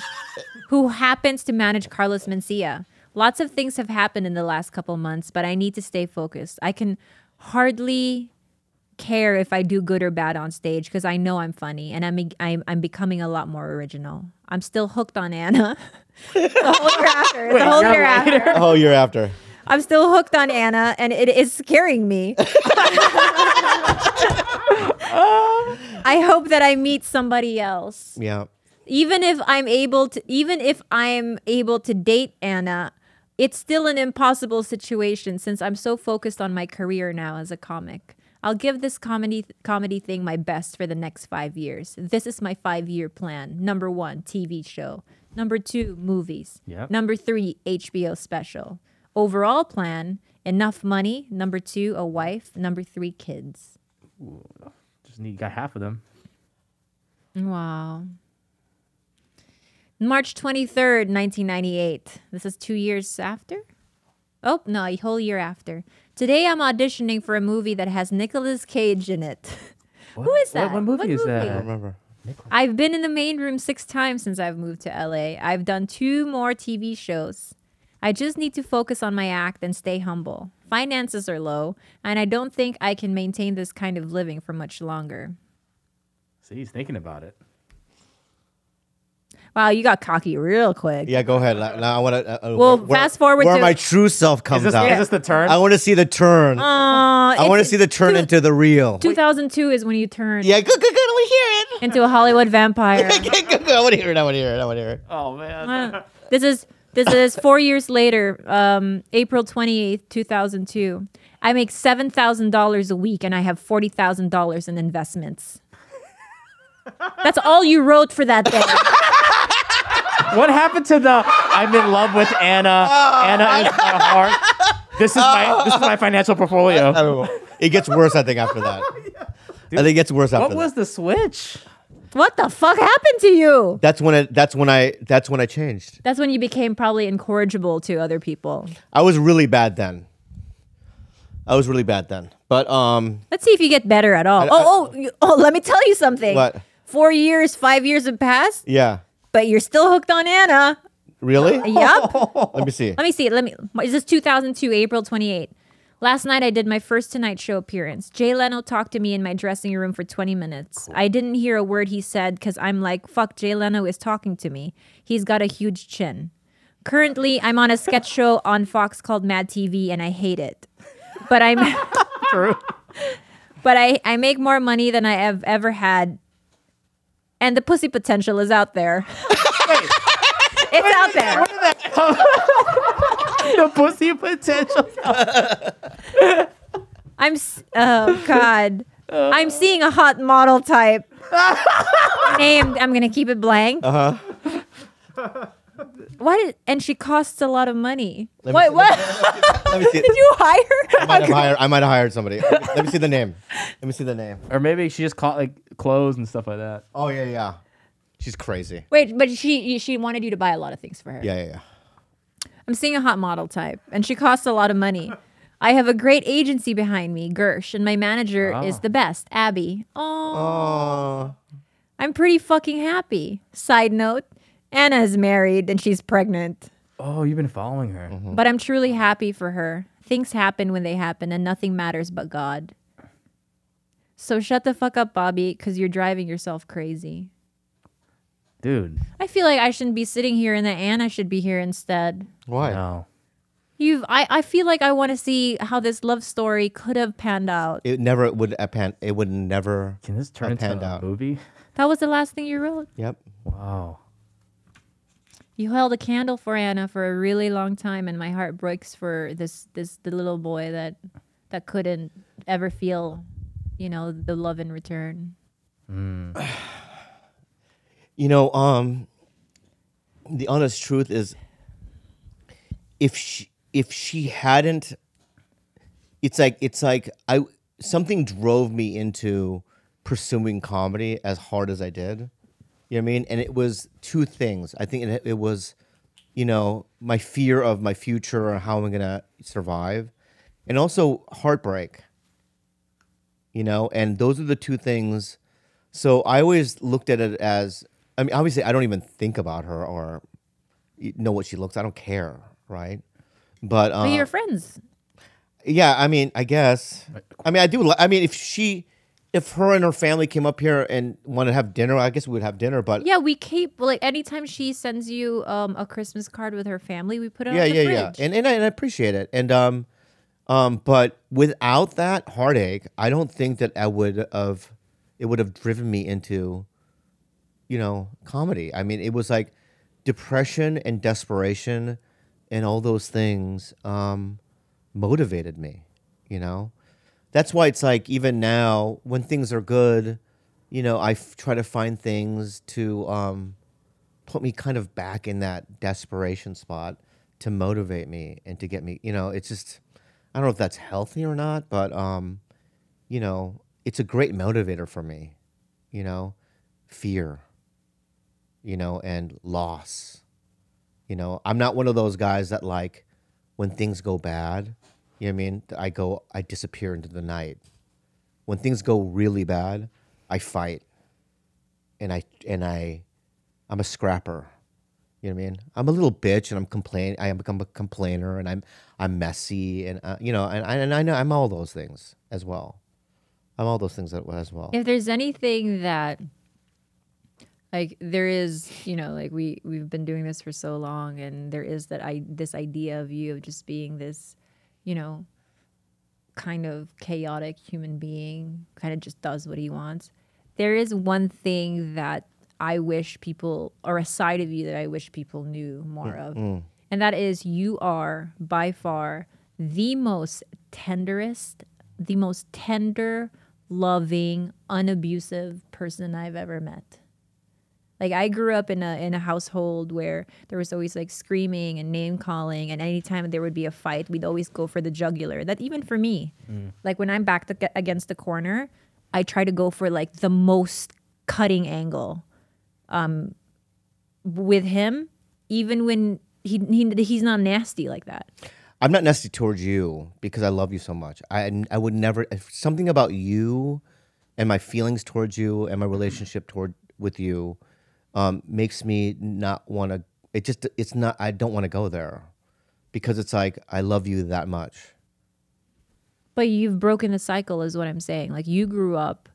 S3: who happens to manage Carlos Mencia. Lots of things have happened in the last couple months, but I need to stay focused. I can hardly care if I do good or bad on stage because I know I'm funny and I'm, I'm I'm becoming a lot more original. I'm still hooked on Anna. the whole year after. the whole year after.
S2: Oh, you're after.
S3: I'm still hooked on Anna, and it is scaring me. I hope that I meet somebody else.
S2: Yeah.
S3: Even if I'm able to, even if I'm able to date Anna, it's still an impossible situation since I'm so focused on my career now as a comic. I'll give this comedy comedy thing my best for the next five years. This is my five year plan. Number one, TV show. Number two, movies.
S1: Yep.
S3: Number three, HBO special. Overall plan: enough money. Number two, a wife. Number three, kids.
S1: Just need got half of them.
S3: Wow. March 23rd, 1998. This is two years after? Oh, no, a whole year after. Today I'm auditioning for a movie that has Nicolas Cage in it. Who is
S1: What-
S3: that?
S1: what movie is that?
S2: I don't remember.
S3: I've been in the main room six times since I've moved to LA. I've done two more TV shows. I just need to focus on my act and stay humble. Finances are low, and I don't think I can maintain this kind of living for much longer.
S1: See, he's thinking about it.
S3: Wow, you got cocky real quick.
S2: Yeah, go ahead. Now now I want to. Uh,
S3: Well,
S2: where-
S3: fast forward
S2: Where
S3: to-
S2: my true self
S1: Is
S2: comes
S1: this,
S2: out.
S1: is this the turn?
S2: I want to see the turn.
S3: Uh,
S2: I want to
S3: it's-
S2: see the turn
S3: two-
S2: into the real.
S3: 2002 is when you turn
S2: Yeah, good, good, good. I want
S3: into a Hollywood vampire.
S2: to hear it. Good, good, good. I want to hear it. I want to hear it. I want to hear it.
S1: oh man.
S3: Uh, this is this is four years later, um, April 28th, 2002. I make seven thousand dollars a week, and I have forty thousand dollars in investments. That's all you wrote for that day.
S1: What happened to the I'm in love with Anna? Anna is my heart. This is my this is my financial
S2: I
S1: portfolio.
S2: don't know. It gets worse, I think, after that. I think it gets worse after
S1: What
S2: that.
S1: was the switch?
S3: what the fuck happened to you?
S2: that's when it. That's when I. That's when I changed.
S3: That's when you became probably incorrigible to other people.
S2: I was really bad then. I was really bad then. But um,
S3: Let's see if you get better at all.
S2: I-
S3: oh, oh, you, oh! Let me tell you something.
S2: What?
S3: Four years, five years have passed.
S2: yeah.
S3: but you're still hooked on Anna.
S2: Really?
S3: Yup.
S2: Let me see.
S3: Let me see. Let me. Is this 2002, April 28? Last night I did my first Tonight Show appearance. Jay Leno talked to me in my dressing room for 20 minutes. I didn't hear a word he said because I'm like, fuck, Jay Leno is talking to me. He's got a huge chin. Currently, I'm on a sketch show on Fox called Mad TV, and I hate it. But I'm.
S1: True.
S3: but I, I make more money than I have ever had. And the pussy potential is out there. it's out there.
S1: the pussy potential.
S3: I'm s- oh god. I'm seeing a hot model type. Named I'm gonna keep it blank. Uh-huh. Why did and she costs a lot of money.
S2: Uh-huh. Let me see.
S3: Wait, what?
S2: Let me see.
S3: did you hire?
S2: I might have hired. I might have hired somebody. Let me, let me see the name. Let me see the name.
S1: Or maybe she just caught like clothes and stuff like that.
S2: Oh yeah, yeah. She's crazy.
S3: Wait, but she she wanted you to buy a lot of things for her.
S2: Yeah, yeah, yeah.
S3: I'm seeing a hot model type, and she costs a lot of money. I have a great agency behind me, Gersh, and my manager
S2: Ah.
S3: is the best, Abby. Oh,
S2: Oh,
S3: I'm pretty fucking happy. Side note, Anna is married and she's pregnant.
S1: Oh, you've been following her.
S2: Mm-hmm.
S3: But I'm truly happy for her. Things happen when they happen, and nothing matters but God. So shut the fuck up, Bobby, because you're driving yourself crazy.
S1: dude.
S3: I feel like I shouldn't be sitting here in the and I should be here instead.
S2: Why?
S1: No,
S3: You've I, I feel like I want to see how this love story could have panned out.
S2: It never would a pan. It would never.
S1: can this turn
S2: A
S1: into a
S2: handout.
S1: movie?
S3: That was the last thing you wrote.
S2: Yep.
S1: Wow.
S3: You held a candle for Anna for a really long time and my heart breaks for this this the little boy that that couldn't ever feel, you know, the love in return.
S2: You know, um, the honest truth is, if she if she hadn't, it's like it's like I something drove me into pursuing comedy as hard as I did. You know what I mean? And it was two things. I think it, it was, you know, my fear of my future or how I'm gonna survive, and also heartbreak. You know, and those are the two things. So I always looked at it as I mean, obviously, I don't even think about her or y- know what she looks. I don't care, right? But um,
S3: But you're friends.
S2: yeah, I mean, I guess. I mean, I do. li- I mean, if she, if her and her family came up here and wanted to have dinner, I guess we would have dinner. But yeah,
S3: Yeah, we keep like anytime she sends you um a Christmas card with her family, we put it
S2: yeah,
S3: on the
S2: yeah,
S3: fridge.
S2: And and I, and I appreciate it. And um, um, but without that heartache, I don't think that I would have. It would have driven me into, you know, comedy. I mean, it was like depression and desperation, and all those things um, motivated me. You know, that's why it's like even now when things are good, you know, I f- try to find things to um, put me kind of back in that desperation spot to motivate me and to get me. You know, it's just I don't know if that's healthy or not, but um, you know, it's a great motivator for me. You know, fear. You know, and loss. You know, I'm not one of those guys that like when things go bad, you know what I mean? I go I disappear into the night. When things go really bad, I fight. And I and I I'm a scrapper. You know what I mean? I'm a little bitch and I'm complain I am become a complainer and I'm I'm messy and uh, you know and I and I know I'm all those things as well. I'm all those things that- as well.
S3: if there's anything that like there is you know like we we've been doing this for so long and there is that i this idea of you of just being this you know kind of chaotic human being kind of just does what he wants there is one thing that i wish people or a side of you that i wish people knew more of and that is you are by far the most tenderest the most tender loving unabusive person i've ever met like I grew up in a in a household where there was always like screaming and name calling, and anytime there would be a fight, we'd always go for the jugular. That even for me,
S2: Mm.
S3: like when I'm back the, against the corner, I try to go for like the most cutting angle. Um, with him, even when he, he he's not nasty like that.
S2: I'm not nasty towards you because I love you so much. I I would never if something about you and my feelings towards you and my relationship toward with you um, makes me not want to. It just it's not. I don't want to go there because it's like I love you that much.
S3: But you've broken the cycle, is what I'm saying. Like you grew up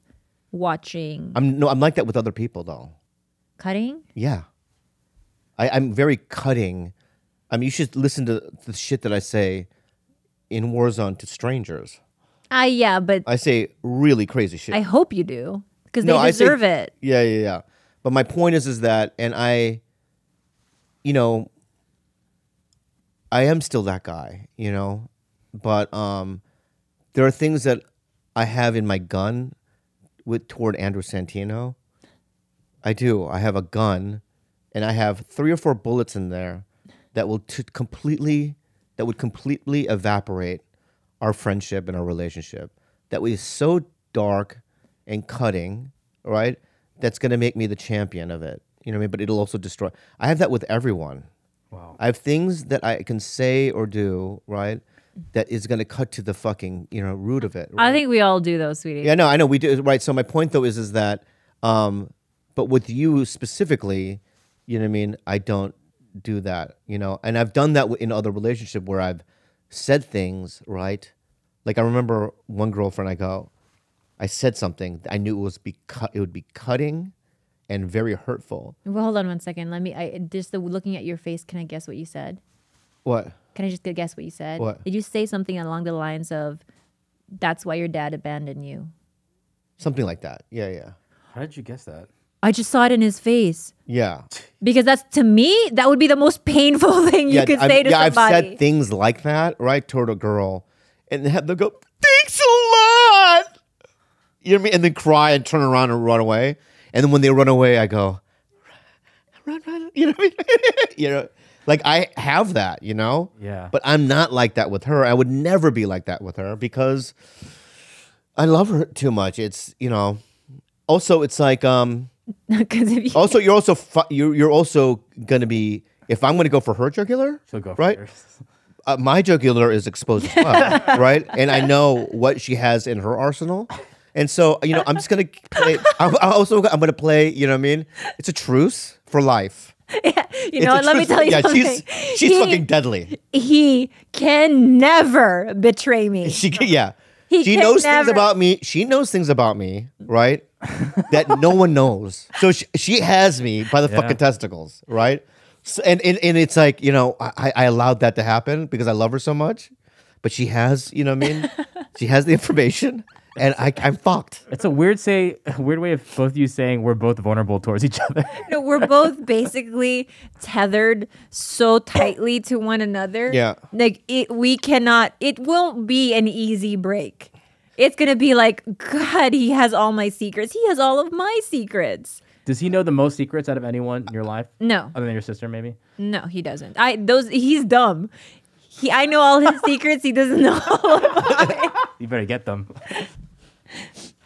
S3: watching
S2: I'm no. I'm like that with other people though.
S3: cutting.
S2: Yeah. I, I'm very cutting. I mean, you should listen to the shit that I say in Warzone to strangers.
S3: Ah, yeah, but
S2: I say really crazy shit.
S3: I hope you do because
S2: No,
S3: they
S2: I think-
S3: deserve it.
S2: Yeah, yeah, yeah. But my point is, is that, and I, you know, I am still that guy, you know, but um, there are things that I have in my gun with toward Andrew Santino. I do. I have a gun, and I have three or four bullets in there that will t- completely that would completely evaporate our friendship and our relationship. That was so dark and cutting, right? That's going to make me the champion of it. You know what I mean? But it'll also destroy. I have that with everyone. Wow. I have things that I can say or do, right? That is going to cut to the fucking you know root of it.
S3: I think we all do though, sweetie.
S2: Yeah, no, I know we do. Right. So my point though is is that, um, but with you specifically, you know what I mean. I don't do that. You know, and I've done that w- in other relationship where I've said things right. Like I remember one girlfriend. I go, I said something. I knew it was be cut. It would be cutting, and very hurtful.
S3: Well, hold on one second. Let me. I just the looking at your face. Can I guess what you said?
S2: What?
S3: Can I just g- guess what you said?
S2: What?
S3: Did you say something along the lines of, "That's why your dad abandoned you"?
S2: Something like that. Yeah, yeah,
S6: How did you guess that?
S3: I just saw it in his face
S2: yeah.
S3: because that's to me that would be the most painful thing you
S2: yeah,
S3: could
S2: I've-
S3: say to
S2: yeah,
S3: somebody.
S2: I've said things like that, right, toward a girl, and they have them go, "Thanks a lot," you know what I mean, and then cry and turn around and run away, and then when they run away, I go, "Run, run," you know, what I mean? you know, like I have that, you know,
S1: Yeah.
S2: but I'm not like that with her. I would never be like that with her because I love her too much. It's you know, also it's like um.
S3: 'Cause if you,
S2: Also, you're also fu- you're you're also gonna be if I'm gonna go for her jugular,
S1: She'll go
S2: right?
S1: first.
S2: uh, my jugular is exposed as well, right? And I know what she has in her arsenal. And so, you know, I'm just gonna play. I'm, I'm also I'm gonna play. You know what I mean? It's a truce for life.
S3: you know,
S2: it's
S3: what,
S2: a
S3: let me
S2: truce-
S3: tell you
S2: yeah,
S3: something.
S2: she's she's
S3: he,
S2: fucking deadly.
S3: He can never betray me.
S2: She can- yeah.
S3: He
S2: she
S3: can
S2: knows things
S3: never-
S2: about me. She knows things about me, right? that no one knows. So she, she has me by the fucking testicles, right? So, and, and and it's like you know I, I allowed that to happen because I love her so much, but she has you know what I mean. she has the information, and I I'm fucked.
S1: It's a weird say, a weird way of both of you saying we're both vulnerable towards each other.
S3: No, we're both basically tethered so tightly to one another.
S2: Yeah.
S3: Like it we cannot it won't be an easy break. It's gonna be like, God, he has all my secrets. He has all of my secrets.
S1: Does he know the most secrets out of anyone in your life?
S3: No.
S1: Other than your sister, maybe?
S3: No, he doesn't. I those he's dumb. He I know all his secrets, he doesn't know all of
S1: You better get them.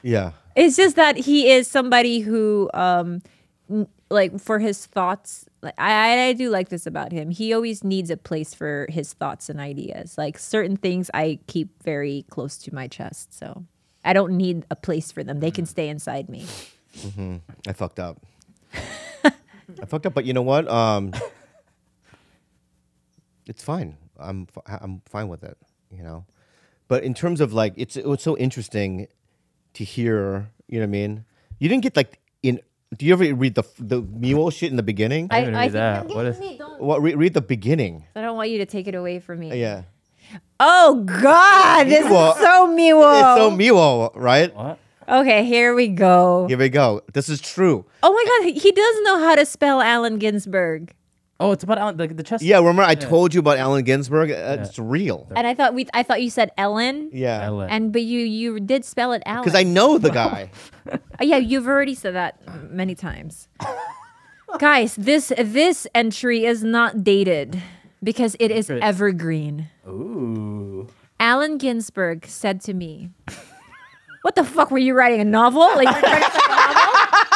S2: Yeah,
S3: It's just that he is somebody who, um, n- like for his thoughts. Like I, I- I do like this about him. He always needs a place for his thoughts and ideas. Like certain things, I keep very close to my chest, so I don't need a place for them. They can stay inside me.
S2: I fucked up. I fucked up, but you know what? Um, it's fine. I'm fi- I'm fine with it. You know, but in terms of like, it's it's so interesting to hear. You know what I mean? You didn't get like in. Do you ever read the the mule shit in the beginning?
S1: I didn't read that. What is?
S3: don't,
S2: Well, re- read the beginning.
S3: I don't want you to take it away from me.
S2: Yeah,
S3: Oh God, this
S2: Meanwhile-
S3: is so
S2: it's so
S3: Miwo.
S2: mule, right?
S1: What?
S3: okay, here we go.
S2: Here we go. This is true.
S3: Oh my God, he does know how to spell Allen Ginsberg.
S1: Oh, it's about Alan, the, the chest.
S2: Yeah, remember I told you about Allen Ginsberg? Uh, It's real.
S3: And I thought we, I thought you said Ellen.
S2: Yeah,
S1: Ellen.
S3: And but you you did spell it out. Oh,
S2: because I know the guy.
S3: yeah, you've already said that many times. Guys, this this entry is not dated because it is evergreen.
S1: Ooh.
S3: Allen Ginsberg said to me, "What the fuck were you writing a novel? Like you're trying to write a novel?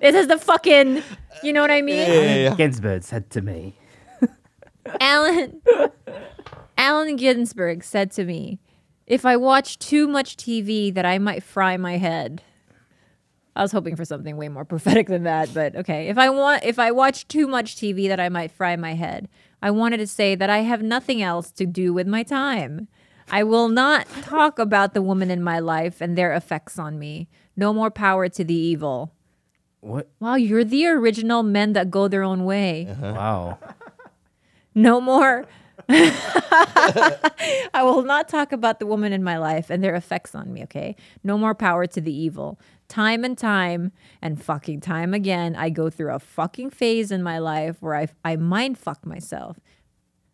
S3: This is the fucking, you know what I mean?"
S1: Ginsberg said to me.
S3: Alan Alan Ginsberg said to me, "If I watch too much TV, that I might fry my head." I was hoping for something way more prophetic than that, but okay. If I want, if I watch too much TV, that I might fry my head. I wanted to say that I have nothing else to do with my time. I will not talk about the woman in my life and their effects on me. No more power to the evil.
S1: What?
S3: Wow, you're the original men that go their own way.
S1: Wow.
S3: No more. I will not talk about the woman in my life and their effects on me, okay? No more power to the evil. Time and time and fucking time again, I go through a fucking phase in my life where I, I mind fuck myself.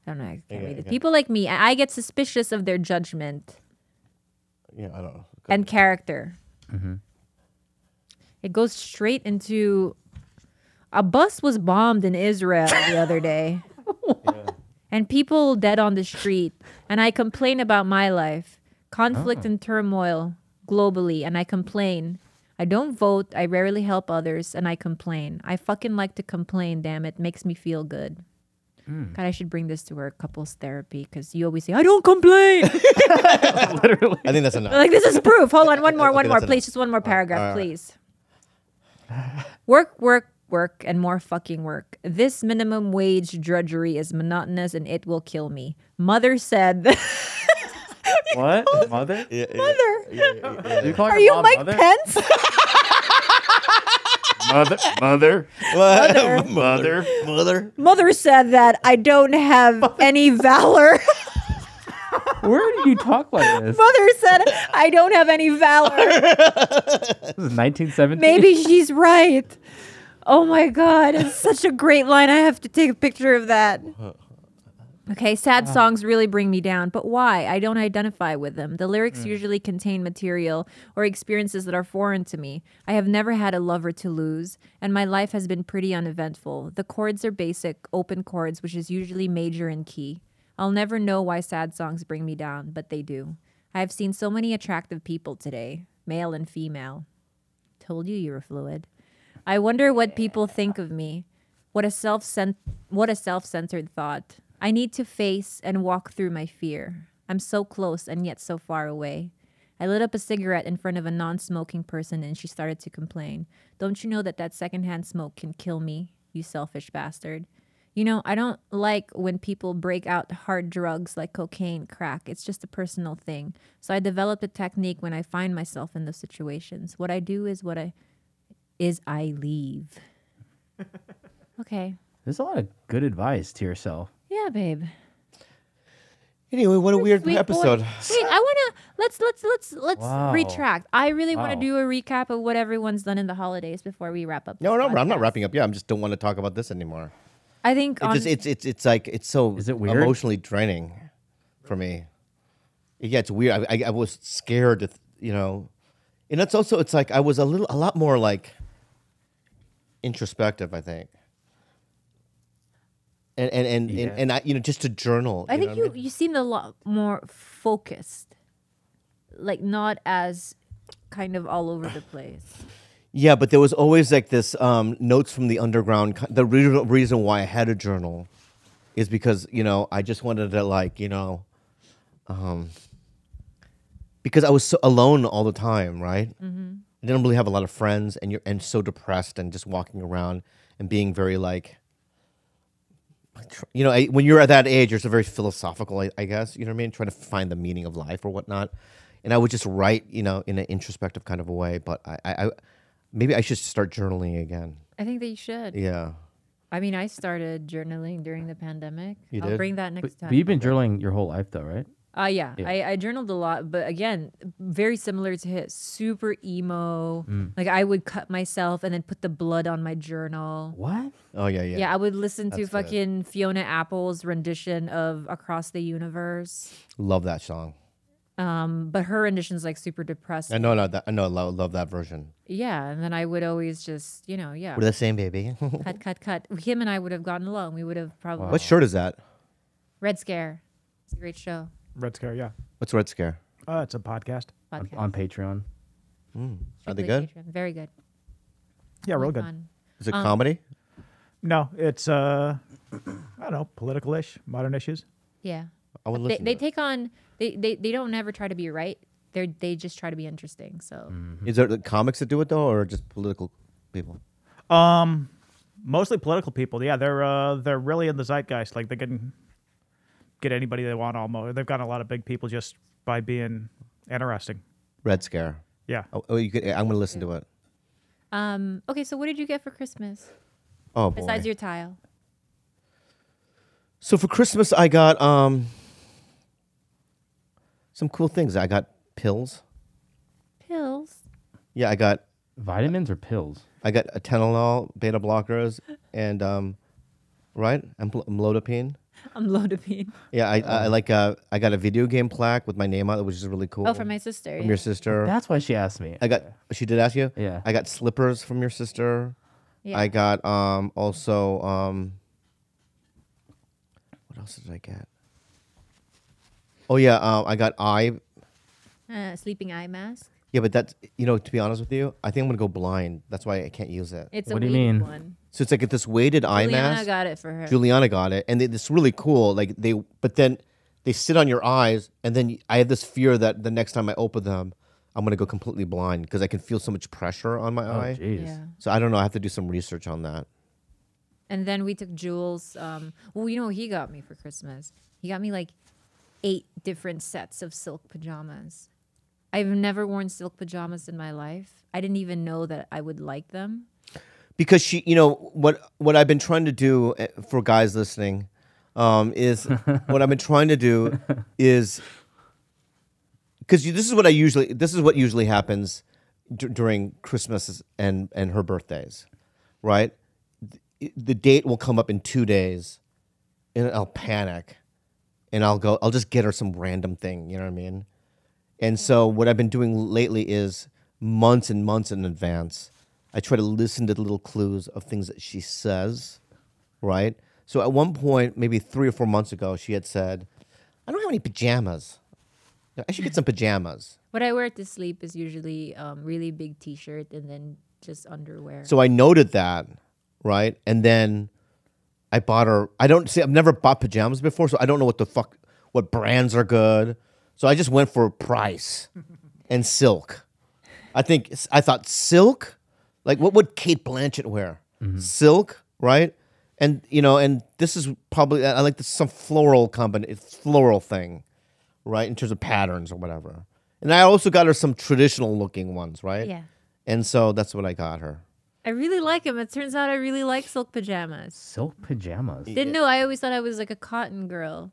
S3: I don't know. I can't read it. People like me, I I get suspicious of their judgment
S2: yeah, I don't know.
S3: and character. It goes straight into a bus was bombed in Israel the other day, and people dead on the street. And I complain about my life, conflict and turmoil globally, and I complain. I don't vote. I rarely help others, and I complain. I fucking like to complain. Damn it, makes me feel good. God, I should bring this to our couples therapy because you always say I don't complain.
S2: I think that's enough.
S3: Like this is proof. Hold on, one more,
S2: Okay,
S3: one
S2: that's
S3: more,
S2: enough.
S3: please. Just one more paragraph,
S2: all right.
S3: please. Work, work, work, and more fucking work. This minimum wage drudgery is monotonous and it will kill me. Mother said. you
S1: What? Mother?
S2: Mother.
S1: You call
S7: Are
S1: your
S7: you
S1: mom
S7: Mike
S1: mother?
S7: Pence?
S1: Mother? Mother?
S2: Mother.
S1: Mother?
S2: Mother.
S7: Mother said that I don't have any valor.
S1: Where do you talk like this?
S7: Mother said I don't have any valor.
S1: This is 1970.
S7: Maybe she's right. Oh my god, it's such a great line. I have to take a picture of that.
S3: Okay, sad songs really bring me down, but why? I don't identify with them. The lyrics usually contain material or experiences that are foreign to me. I have never had a lover to lose, and my life has been pretty uneventful. The chords are basic, open chords, which is usually major in key. I'll never know why sad songs bring me down, but they do. I have seen so many attractive people today, male and female. Told you you were fluid. I wonder what people think of me. What a self what a self-centered thought. I need to face and walk through my fear. I'm so close and yet so far away. I lit up a cigarette in front of a non-smoking person and she started to complain. Don't you know that that secondhand smoke can kill me, you selfish bastard? You know, I don't like when people break out hard drugs like cocaine, crack. It's just a personal thing. So I developed a technique when I find myself in those situations. What I do is what I is I leave. Okay.
S1: There's a lot of good advice to yourself.
S3: Yeah, babe.
S2: Anyway, what a weird
S3: Sweet boy.
S2: episode.
S3: Wait, I wanna let's let's let's let's
S1: Wow.
S3: retract. I really
S1: Wow.
S3: wanna do a recap of what everyone's done in the holidays before we wrap up.
S2: No,
S3: this
S2: no, I'm not
S3: podcast.
S2: wrapping up. Yeah, I'm just don't want to talk about this anymore.
S3: I think
S2: It
S3: on,
S2: just it's it's it's like it's so
S1: Is it weird?
S2: emotionally draining for me. Yeah, it's weird. I, I, I was scared, to th- you know, and it's also it's like I was a little a lot more like introspective, I think. And and and and, and I you know just to journal.
S3: I think
S2: know what
S3: you you seemed a lot more focused, like not as kind of all over the place.
S2: Yeah, but there was always like this um, notes from the underground. ki- The re- reason why I had a journal is because you know I just wanted to like you know, um, because I was so alone all the time, right? I didn't really have a lot of friends, and you're and so depressed and just walking around and being very like, tr- you know, I, when you're at that age, you're so very philosophical, I, I guess. You know what I mean? Trying to find the meaning of life or whatnot. And I would just write, you know, in an introspective kind of a way. But I, I, I maybe I should start journaling again.
S3: I think that you should.
S2: Yeah.
S3: I mean, I started journaling during the pandemic.
S2: You
S3: I'll
S2: did?
S3: bring that next
S1: But,
S3: time.
S1: but you've been journaling your whole life, though, right?
S3: Uh, yeah, I, I journaled a lot, but again, very similar to his. Super emo.
S2: Mm.
S3: Like I would cut myself and then put the blood on my journal.
S1: What?
S2: Oh yeah, yeah.
S3: Yeah, I would listen to
S2: that's good.
S3: fucking Fiona Apple's rendition of Across the Universe.
S2: Love that song.
S3: Um, but her rendition's like super depressed.
S2: I know, no, that, I know, love, love that version.
S3: yeah, and then I would always just, you know, yeah,
S2: We're the same, baby.
S3: cut, cut, cut. Him and I would have gotten along. We would have probably
S2: what shirt is that?
S3: Red Scare. It's a great show.
S4: Red Scare, yeah.
S2: What's Red Scare?
S4: Oh, it's a podcast.
S1: On,
S3: Podcast.
S1: on Patreon.
S2: Are they
S3: Strictly
S2: good?
S3: Patreon. Very good.
S4: Yeah, real good.
S3: Fun.
S2: Is it comedy?
S4: No, it's uh, I don't know, political ish, modern issues.
S3: Yeah.
S2: I would
S3: They,
S2: listen.
S3: they
S2: to
S3: take on they, they they don't ever try to be right. They are they just try to be interesting. So
S2: it. Is there the comics that do it though, or just political people?
S4: Mostly political people. Yeah, they're uh, they're really in the zeitgeist. Like they can get anybody they want. Almost, they've gotten a lot of big people just by being interesting.
S2: Red Scare.
S4: Yeah.
S2: Oh, oh, you could, I'm gonna listen to it.
S3: um okay, so what did you get for Christmas
S2: Oh boy.
S3: besides your tile?
S2: so for Christmas, I got um some cool things. I got pills.
S3: Pills.
S2: Yeah, I got
S1: Vitamins or pills?
S2: I got atenolol, beta blockers, and um, right, and pl- amlodipine.
S3: I'm lodipine.
S2: Yeah, I, I, I like uh, I got a video game plaque with my name on it, which is really cool.
S3: Oh, from my sister.
S2: from
S3: yeah.
S2: your sister.
S1: That's why she asked me.
S2: I got. She did ask you.
S1: Yeah.
S2: I got slippers from your sister.
S3: Yeah.
S2: I got um also um. What else did I get? Oh yeah, um, I got eye.
S3: Uh, sleeping eye mask.
S2: Yeah, but that's you know to be honest with you, I think I'm gonna go blind. That's why I can't use it.
S3: It's a
S1: What do you
S3: weighted
S1: mean?
S3: one.
S2: So it's like this weighted eye
S3: Juliana
S2: mask.
S3: got it for her.
S2: Juliana got it, and they, it's really cool. Like they, but then they sit on your eyes, and then I have this fear that the next time I open them, I'm gonna go completely blind because I can feel so much pressure on my
S1: Oh,
S2: eye.
S1: jeez.
S3: yeah.
S2: So I don't know. I have to do some research on that.
S3: And then we took Jules. Um, well, you know what he got me for Christmas? He got me like eight different sets of silk pajamas. I've never worn silk pajamas in my life. I didn't even know that I would like them.
S2: because she you know what what i've been trying to do eh, for guys listening um, is what i've been trying to do is because this is what i usually this is what usually happens d- during christmas and and her birthdays right Th- the date will come up in two days and i'll panic and i'll go i'll just get her some random thing you know what i mean and so what I've been doing lately is months and months in advance, I try to listen to the little clues of things that she says, right? So at one point, maybe three or four months ago, she had said, I don't have any pajamas. I should get some pajamas.
S3: What I wear to sleep is usually um, really big t-shirt and then just underwear.
S2: So I noted that, right? And then I bought her. I don't see. I've never bought pajamas before, so I don't know what the fuck what brands are good. So I just went for price and silk. I think I thought silk. Like what would Kate Blanchett wear? Silk, right? And you know, and this is probably I I like this some floral combination, floral thing, right? In terms of patterns or whatever. And I also got her some traditional looking ones, right?
S3: Yeah.
S2: And so that's what I got her.
S3: I really like them. It turns out I really like silk pajamas.
S1: Silk pajamas.
S3: Didn't know. I always thought I was like a cotton girl,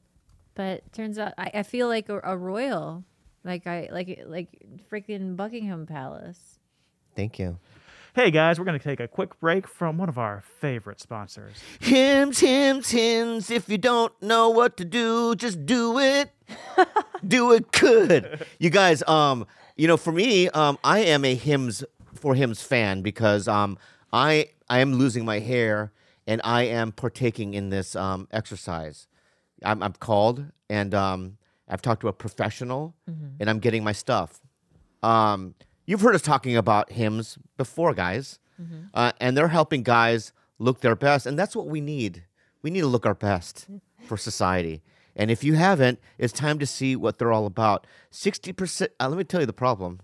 S3: but turns out I, I feel like a, a royal, like I like like freaking Buckingham Palace.
S2: Thank you.
S4: Hey guys, we're going to take a quick break from one of our favorite sponsors.
S2: Hymns, hymns, hymns. If you don't know what to do, just do it. do it good. You guys, um, you know, for me, um, I am a hymns for hymns fan because um, I I am losing my hair and I am partaking in this um exercise. I'm I'm called and um I've talked to a professional and I'm getting my stuff. Um, you've heard us talking about hymns before, guys, uh, and they're helping guys look their best, and that's what we need. We need to look our best for society. And if you haven't, it's time to see what they're all about. Sixty percent. Uh, let me tell you the problem.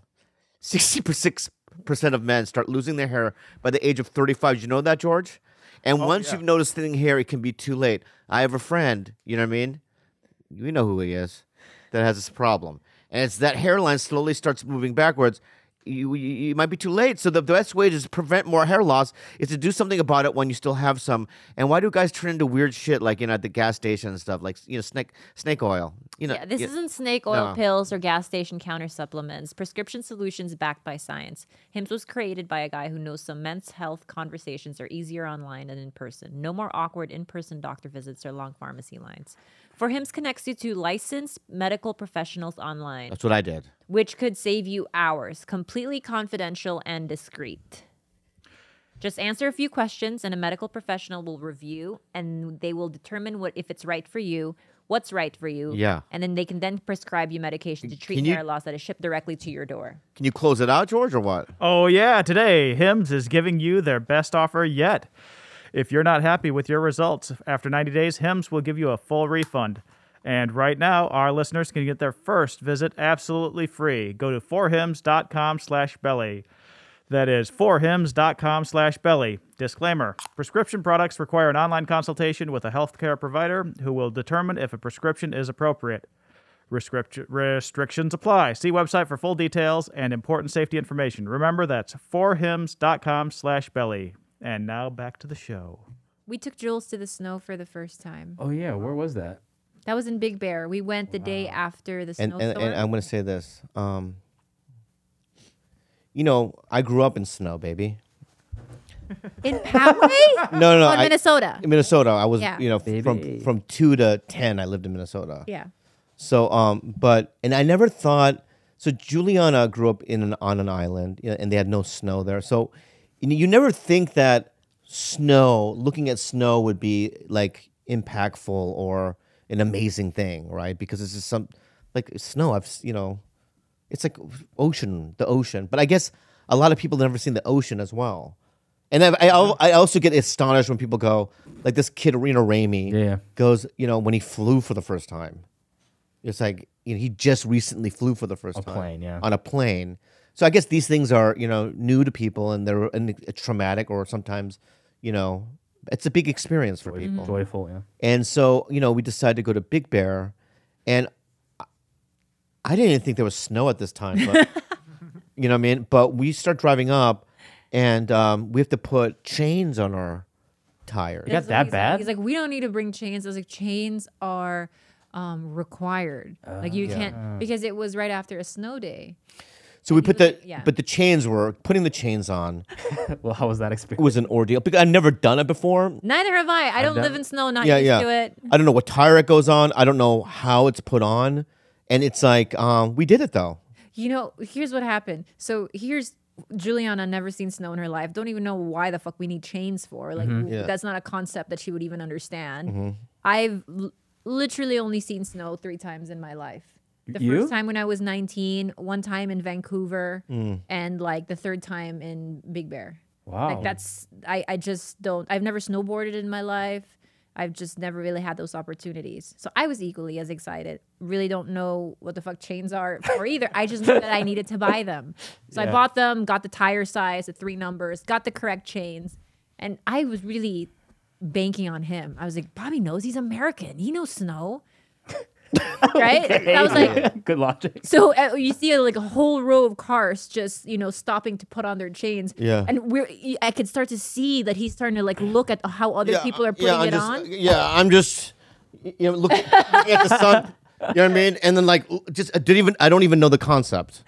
S2: Sixty percent of men start losing their hair by the age of thirty-five. You know that, George? And once you've noticed thinning hair, it can be too late. I have a friend. You know what I mean? we know who he is that has this problem and it's that hairline slowly starts moving backwards you, you, you might be too late so the best way to prevent more hair loss is to do something about it when you still have some and why do guys turn into weird shit like you know at the gas station and stuff like you know snake snake oil you know
S5: Yeah, this
S2: you-
S5: isn't snake oil
S2: No.
S5: pills or gas station counter supplements. Prescription solutions backed by science. Hims was created by a guy who knows some men's health conversations are easier online than in person. No more awkward in-person doctor visits or long pharmacy lines. For Hims connects you to licensed medical professionals online,
S2: that's what i did
S5: which could save you hours. Completely confidential and discreet. Just answer a few questions, and a medical professional will review, and they will determine what if it's right for you, what's right for you.
S2: Yeah.
S5: And then they can then prescribe you medication to treat
S2: Can you-
S5: hair loss that is shipped directly to your door.
S2: can you close it out george or what
S4: Oh, yeah, today, Hims is giving you their best offer yet. If you're not happy with your results, after 90 days, Hims will give you a full refund. And right now, our listeners can get their first visit absolutely free. Go to forhims.com slash belly. That is forhims.com slash belly. Disclaimer Prescription products require an online consultation with a healthcare provider who will determine if a prescription is appropriate. Restrict- restrictions apply. See website for full details and important safety information. Remember, that's forhims.com slash belly. And now back to the show.
S3: We took Jules to the snow for the first time.
S1: Oh yeah, where was that?
S3: That was in Big Bear. We went the day after the
S2: and,
S3: snowstorm.
S2: and, and i'm going to say this um, you know i grew up in snow baby
S3: in Poway?
S2: no um, no no
S3: Oh, in
S2: I-
S3: Minnesota.
S2: in minnesota i was
S3: Yeah.
S2: you know from
S1: Baby.
S2: from 2 to 10 i lived in minnesota
S3: yeah.
S2: So, um, but and I never thought. So Juliana grew up in an on an island, you know, and they had no snow there. So, you, know, you never think that snow, looking at snow, would be like impactful or an amazing thing, right? Because this is some like snow. I've s- you know, it's like ocean, the ocean. But I guess a lot of people have never seen the ocean as well. And I, I, al- I also get astonished when people go like this kid, Reno Ramey,
S1: Yeah.
S2: goes, you know, when he flew for the first time. It's like you know, he just recently flew for the first time
S1: plane, yeah.
S2: on a plane. So I guess these things are you know new to people and they're and it's traumatic or sometimes you know it's a big experience for people.
S1: Joyful, yeah.
S2: And so you know we decided to go to Big Bear, and I didn't even think there was snow at this time, but you know what I mean? But we start driving up and um, we have to put chains on our tires.
S1: got
S3: That's what
S1: that
S3: he's like.
S1: bad?
S3: He's like, we don't need to bring chains. I was like, chains are um, required. like
S1: Oh,
S3: you can't because it was right after a snow day.
S2: So we put
S3: was
S2: the
S3: like- yeah.
S2: but the chains were putting the chains on
S1: Well, how was that experience?
S2: It was an ordeal because I've never done it before.
S3: Neither have I. I don't live in snow. Not
S2: Yeah,
S3: used
S2: yeah.
S3: to it.
S2: I don't know what tire it goes on. I don't know how it's put on, and it's like um, we did it though.
S3: You know, here's what happened. So here's Juliana never seen snow in her life. Don't even know why the fuck we need chains for. Like
S1: Mm-hmm.
S3: w-
S2: Yeah. Mm-hmm.
S3: that's not a concept that she would even understand. I've l- literally only seen snow three times in my life. The
S1: You?
S3: first time when I was 19, one time in Vancouver,
S2: Mm.
S3: and like the third time in Big Bear.
S1: wow.
S3: Like that's I I just don't I've never snowboarded in my life. I've just never really had those opportunities. So I was equally as excited. Really don't know what the fuck chains are for either. I just knew that I needed to buy them. So I bought them, got the tire size, the three numbers, got the correct chains. And I was really banking on him. I was like, Bobby knows he's American. He knows snow. right? I was like,
S1: good logic.
S3: so uh, you see like a whole row of cars just you know stopping to put on their chains.
S2: Yeah.
S3: and we're y- I could start to see that he's starting to like look at how other people are putting
S2: I'm
S3: it
S2: just, uh,
S3: on.
S2: Yeah, I'm just y- you know look, looking at the sun. You know what I mean? And then like l- just I didn't even I don't even know the concept,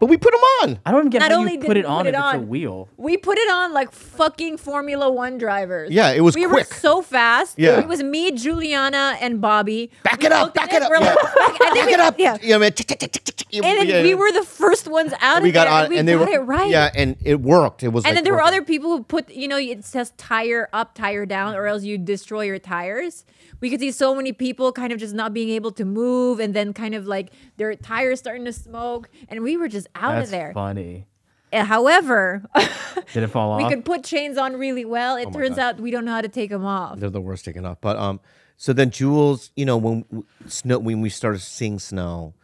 S2: but we put them on.
S1: I don't even get
S3: Not
S1: how
S3: only
S1: you
S3: did
S1: put
S3: we
S1: it on if
S3: put it
S1: it's a
S3: on-
S1: wheel.
S3: We put it on like fucking Formula One drivers.
S2: Yeah, it was
S3: We
S2: quick.
S3: were so fast.
S2: Yeah.
S3: it was me, Juliana, and Bobby.
S2: Back
S3: We
S2: it up,
S3: looked at
S2: back it up,
S3: we're like,
S2: yeah.
S3: "Fuck," I think
S2: Back
S3: we-
S2: it up.
S3: Yeah.
S2: You know what I mean? Tick, tick, tick, tick, tick, tick.
S3: And then
S2: Yeah,
S3: we
S2: yeah.
S3: were the first ones out.
S2: we
S3: of
S2: got
S3: there,
S2: on
S3: and we
S2: they
S3: got
S2: were
S3: it right.
S2: Yeah, and it worked. It was
S3: And
S2: like
S3: then there were
S2: working.
S3: other people who put, you know, it says tire up, tire down, or else you destroy your tires. We could see so many people kind of just not being able to move, and then kind of like their tires starting to smoke, and we were just out
S1: That's
S3: of there.
S1: funny.
S3: Uh, However,
S1: Did it fall
S3: we
S1: off?
S3: could put chains on really well.
S2: Oh
S3: It turns out we don't know how to take them off.
S2: They're the worst taken off. But um, so then Jules, you know, when w- snow, when we started seeing snow,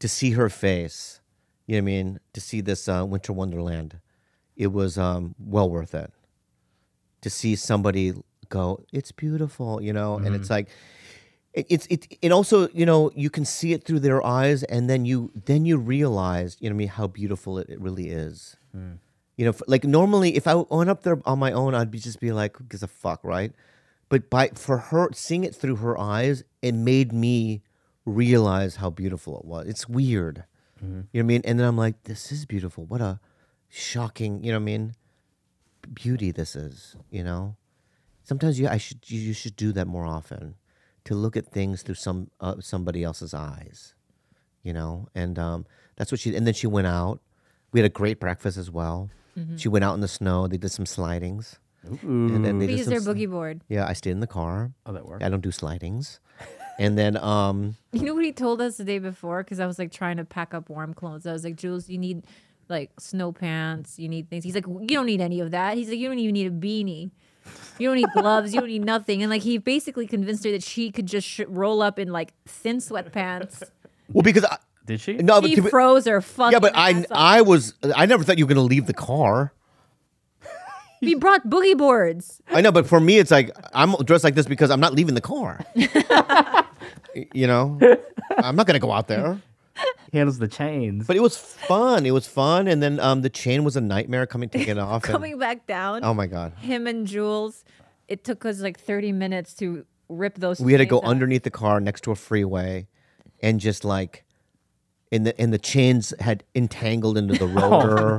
S2: to see her face, you know what I mean, to see this uh, winter wonderland, it was um well worth it. To see somebody go, it's beautiful, you know, and it's like. it- It's it and also you know you can see it through their eyes and then you then you realize you know what I mean how beautiful it, it really is. You know, f- like normally if I went up there on my own, I'd be just be like, who gives a fuck, right? But by for her seeing it through her eyes, it made me realize how beautiful it was. It's weird. You know what I mean? And then I'm like, this is beautiful. What a shocking, you know what I mean? b- Beauty this is, you know? Sometimes you I should you, you should do that more often to look at things through some uh, somebody else's eyes you know and um, that's what she and then she went out we had a great breakfast as well she went out in the snow they did some slidings and then they
S3: We
S2: did
S3: used
S2: some
S3: their
S2: s-
S3: boogie board.
S2: yeah i stayed in the car
S1: oh, that worked.
S2: i don't do slidings and then um
S3: You know what he told us the day before? Because I was like trying to pack up warm clothes. I was like, Jules, you need like snow pants. You need things. He's like, you don't need any of that. He's like, you don't even need a beanie. You don't need gloves. You don't need nothing. And like he basically convinced her that she could just sh- roll up in like thin sweatpants.
S2: well because I,
S1: Did she?
S2: no but
S3: He
S2: to be-
S3: froze her fucking.
S2: yeah but i
S3: ass off.
S2: i was i never thought you were gonna leave the car
S3: we brought boogie boards.
S2: i know but for me it's like i'm dressed like this because i'm not leaving the car you know i'm not gonna go out there
S1: He handles the chains.
S2: but it was fun it was fun and then um the chain was a nightmare coming taking off and-
S3: Coming back down,
S2: oh my god
S3: him and Jules. It took us like thirty minutes to rip those.
S2: we had to
S3: chains
S2: go
S3: out.
S2: underneath the car next to a freeway and just like and the and the chains had entangled into the rotor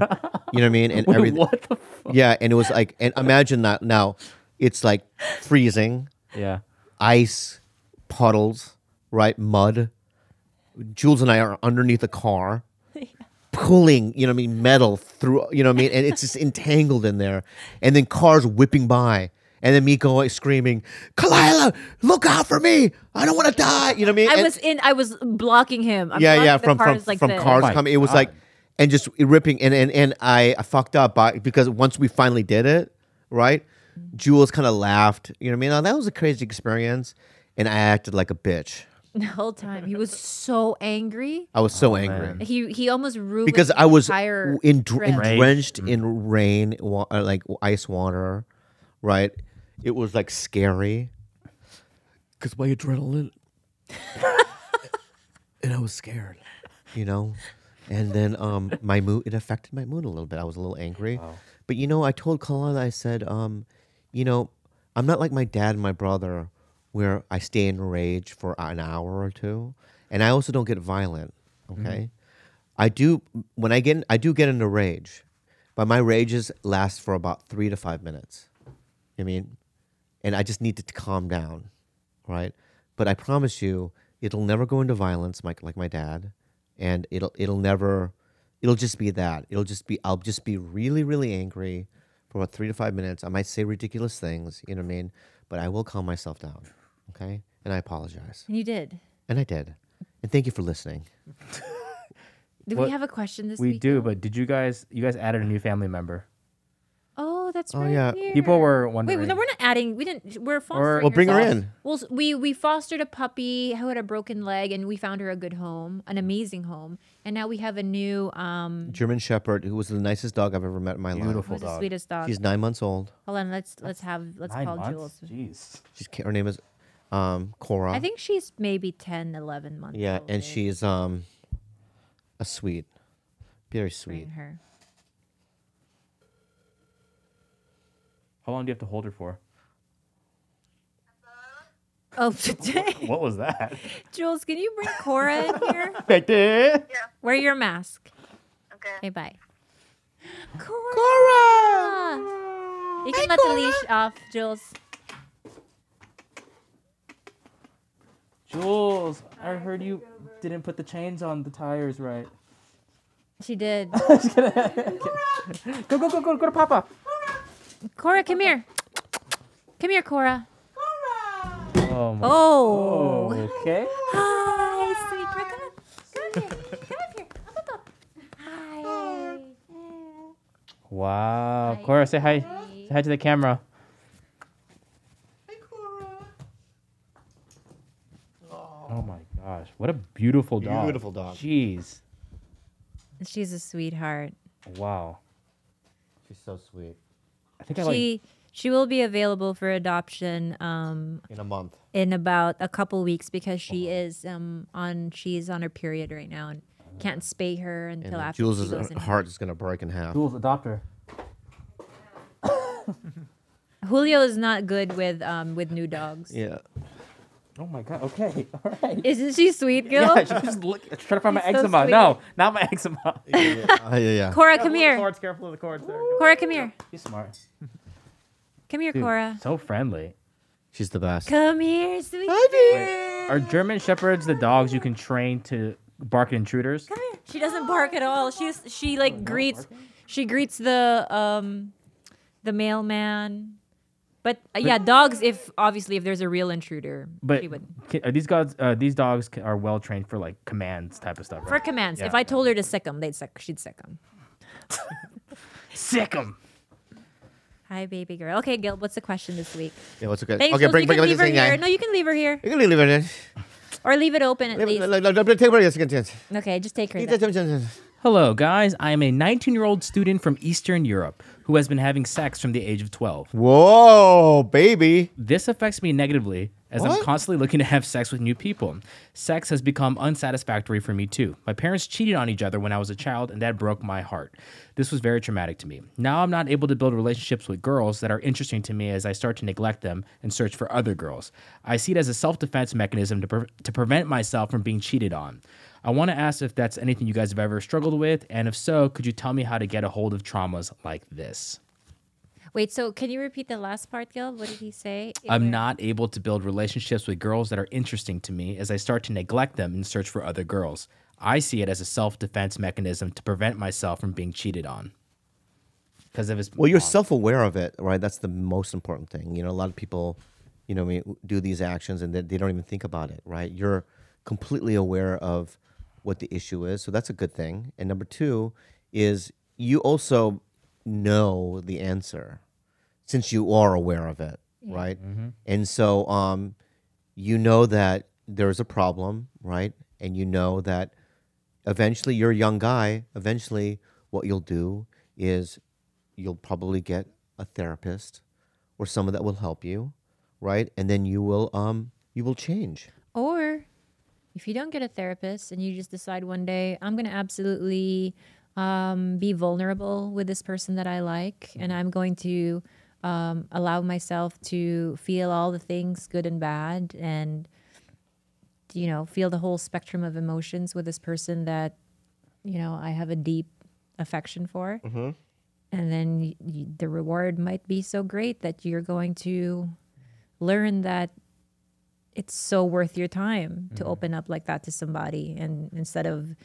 S2: you know what i mean and everything
S1: what the? F-
S2: yeah and it was like and imagine that now it's like freezing
S1: yeah.
S2: ice puddles right mud jules and i are underneath the car pulling you know what i mean metal through you know what i mean and it's just entangled in there and then cars whipping by and then me going screaming kalila look out for me i don't want to die you know what i mean
S3: I
S2: And-
S3: was in. I was blocking him. I'm
S2: yeah yeah
S3: blocking the
S2: from from,
S3: cars like
S2: from
S3: this.
S2: cars
S1: Oh my
S2: coming it was
S1: God.
S2: like and just ripping and and, and I, I fucked up by, because once we finally did it right jules kind of laughed you know what i mean now, that was a crazy experience and i acted like a bitch
S3: the whole time. He was so angry.
S2: i was so
S1: Oh,
S2: angry
S3: He he almost ruined
S2: because
S3: the
S2: I was
S3: entire
S2: w- in, dr-
S3: trip.
S1: Right.
S2: drenched in rain, wa- uh, like ice water, right? It was like scary because my adrenaline, and I was scared. you know. And then um, my mood it affected my mood a little bit. I was a little angry, but you know, I told Kalana, I said, um, you know, I'm not like my dad and my brother, where I stay in a rage for an hour or two, and I also don't get violent. Okay, I do when I get in, I do get into rage, but my rages last for about three to five minutes. You know what I mean, and I just need to t- calm down, right? But I promise you, it'll never go into violence, like like my dad, and it'll it'll never, it'll just be that. It'll just be I'll just be really really angry for about three to five minutes. I might say ridiculous things, you know what I mean, but I will calm myself down, okay? And I apologize,
S3: And you did.
S2: and I did, and thank you for listening.
S3: Do
S1: What-
S3: we have a question this
S1: We
S3: week?
S1: do,
S3: though?
S1: but did you guys? You guys added a new family member.
S3: Oh, that's
S2: Oh,
S3: right.
S2: yeah.
S3: Here.
S1: People were
S3: Wait,
S1: wondering.
S3: no, we're not adding. We didn't. We're fostering.
S2: Well, bring her
S3: herself.
S2: in.
S3: Well, s- we we fostered a puppy who had a broken leg, and we found her a good home, an amazing home, and now we have a new um.
S2: German Shepherd, who was the nicest dog I've ever met in my
S1: Beautiful.
S2: life.
S3: Who's the
S1: dog.
S3: sweetest dog?
S2: She's nine months old.
S3: Hold on, let's let's have let's
S1: Nine
S3: call
S1: months?
S3: Jules.
S1: Jeez.
S2: She's her name is um, Cora.
S3: I think Oh, she's maybe 10, 11 months.
S2: Yeah,
S3: old,
S2: and
S3: babe.
S2: she's um a sweet, very sweet.
S3: Bring her.
S1: How long do you have to hold her for?
S3: Oh,
S1: What was that?
S3: Jules, can you bring Cora in here? Wear your mask. Okay. Okay, bye. Cora. You can let the leash off, Jules.
S1: Jules, I heard you didn't put the chains on the tires right.
S3: She did.
S1: Go go go go go to Papa.
S3: Cora, come here. Come here, Cora.
S1: Oh my.
S3: Oh.
S1: Okay.
S3: Hi, sweet Cora. Come up. Come up here. Come up here. Up, up, up. Hi.
S1: Wow.
S3: Hi.
S1: Cora, say hi. Say hi to the camera. Oh my gosh, what a beautiful dog.
S2: Beautiful dog.
S1: Jeez.
S3: She's a sweetheart.
S1: Wow.
S2: She's so sweet.
S1: I think I like
S3: She she will be available for adoption um,
S2: In a month.
S3: in about a couple weeks because she is um, on she's on her period right now and can't spay her
S2: And
S3: until
S2: then
S3: after she
S2: Jules'
S3: goes in.
S2: heart is gonna break in half.
S1: Jules adopter.
S3: Julio is not good with um, with new dogs.
S2: Yeah.
S1: Oh my god. Okay. All right.
S3: Isn't she sweet, Gil?
S1: Yeah, she's just look, trying to find my
S3: He's so
S1: eczema.
S3: sweet.
S1: no, not my eczema.
S2: Uh, yeah, yeah.
S3: Cora,
S4: Careful
S3: come
S4: of the
S3: here.
S4: Cords, careful of the cords. There.
S3: Cora, come here.
S1: She's smart.
S3: Come here,
S1: Dude,
S3: Cora.
S1: So friendly.
S2: She's the best.
S3: Come here, sweet.
S1: Are German shepherds the dogs you can train to bark at intruders?
S3: She doesn't bark at all. She's she like greets she greets the um the mailman. But, uh, yeah, dogs if obviously if there's a real intruder,
S1: But
S3: she would
S1: ca- are these gods? Uh, these dogs ca- are well trained for like commands type of stuff.
S3: for
S1: Right?
S3: commands. if
S1: Yeah.
S3: I told her to sick 'em, they'd sick she'd sick 'em.
S1: Sick 'em.
S3: Hi baby girl. Okay, Gil, what's the question this week?
S2: Yeah, what's okay?
S3: Thanks.
S2: okay,
S3: Jules.
S2: break,
S3: you
S2: break,
S3: can
S2: break
S3: leave
S2: this
S3: her
S2: thing.
S3: here.
S2: yeah.
S3: No, you can leave her here
S2: You can leave it in.
S3: or leave it open at
S2: Leave-
S3: least.
S2: le- le- le- Take a second chance.
S3: Okay, just take her.
S2: Take
S3: then.
S2: a second chance.
S6: Hello, guys. I am a 19 year old student from Eastern Europe who has been having sex from the age of 12.
S2: Whoa, baby.
S6: This affects me negatively as I'm
S2: What?
S6: constantly looking to have sex with new people. Sex has become unsatisfactory for me too. My parents cheated on each other when I was a child, and that broke my heart. This was very traumatic to me. Now I'm not able to build relationships with girls that are interesting to me as I start to neglect them and search for other girls. I see it as a self defense mechanism to, pre- to prevent myself from being cheated on. I want to ask if that's anything you guys have ever struggled with, and if so, could you tell me how to get a hold of traumas like this?
S3: Wait, so can you repeat the last part, Gil? What did he say?
S6: I'm not able to build relationships with girls that are interesting to me as I start to neglect them and search for other girls. I see it as a self defense mechanism to prevent myself from being cheated on. Because of his
S2: Well, you're self-aware of it, right? That's the most important thing. You know, a lot of people, you know, I mean, do these actions and they, they don't even think about it, right? You're completely aware of what the issue is, so that's a good thing. And number two is you also know the answer since you are aware of it, right? And so, um, you know that there's a problem, right? And you know that eventually you're a young guy eventually what you'll do is you'll probably get a therapist or someone that will help you right and then you will um you will change
S3: Or if you don't get a therapist and you just decide one day, I'm going to absolutely um, be vulnerable with this person that I like, and I'm going to um, allow myself to feel all the things, good and bad, and you know, feel the whole spectrum of emotions with this person that you know I have a deep affection for. And then y y the reward might be so great that you're going to learn that it's so worth your time
S2: Mm-hmm.
S3: to open up like that to somebody and instead of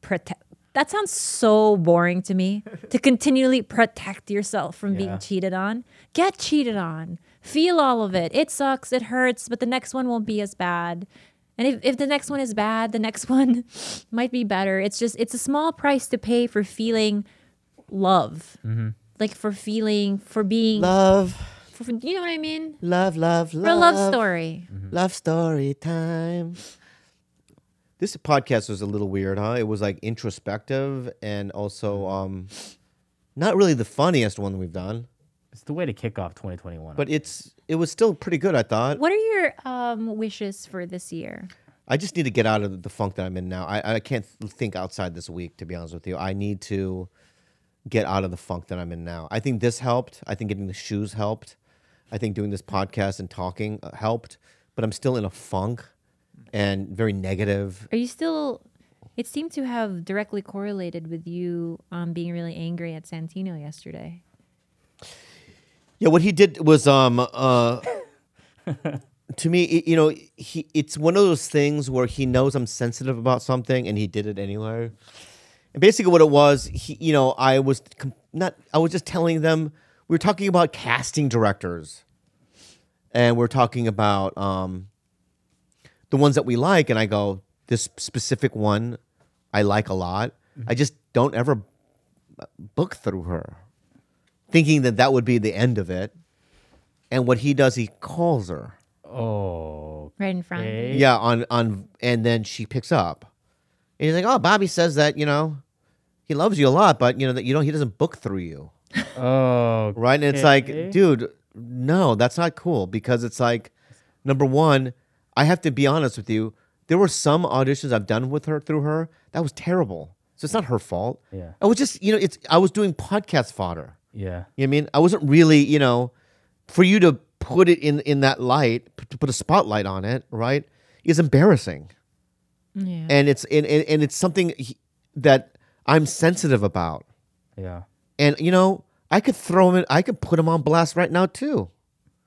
S3: protect that sounds so boring to me to continually protect yourself from being cheated on get cheated on feel all of it it sucks it hurts but the next one won't be as bad and if, if the next one is bad the next one might be better it's just it's a small price to pay for feeling love like for feeling for being
S2: Mm-hmm. Love,
S3: for, you know what i mean
S2: love, love, love.
S3: for a love story
S2: Love story time. This podcast was a little weird, huh? It was like introspective and also um not really the funniest one we've done,
S1: It's the way to kick off 2021.
S2: but it's it was still pretty good, I thought.
S3: What are your um, wishes for this year?
S2: I just need to get out of the funk that I'm in now. I, I can't th- think outside this week, to be honest with you. I need to get out of the funk that I'm in now. I think this helped. I think getting the shoes helped. I think doing this podcast and talking uh, helped, but I'm still in a funk and very negative.
S3: Are you still? It seemed to have directly correlated with you um, being really angry at Santino yesterday.
S2: Yeah, what he did was um uh to me, it, you know, he it's one of those things where he knows I'm sensitive about something and he did it anyway. And basically what it was, he you know, I was com- not I was just telling them we were talking about casting directors. And we're talking about um the ones that we like and I go this specific one I like a lot. I just don't ever b- book through her thinking that that would be the end of it. And what he does, he calls her.
S1: oh,
S3: Right in front. of you.
S2: Yeah, on on, and then she picks up, and he's like, "Oh, Bobby says that you know, he loves you a lot, but you know that you don't. He doesn't book through you,
S1: oh,
S2: right?" And it's
S1: Okay.
S2: like, dude, no, that's not cool because it's like, number one, I have to be honest with you. There were some auditions I've done with her through her that was terrible. So it's not her fault.
S1: Yeah.
S2: I was just, you know, it's I was doing podcast fodder.
S1: yeah.
S2: You know what I mean? I wasn't really, you know, for you to put it in in that light, p- to put a spotlight on it, right, is embarrassing.
S3: Yeah.
S2: And it's and, and, and it's something he- that I'm sensitive about.
S1: Yeah.
S2: And you know, I could throw him in, I could put him on blast right now too.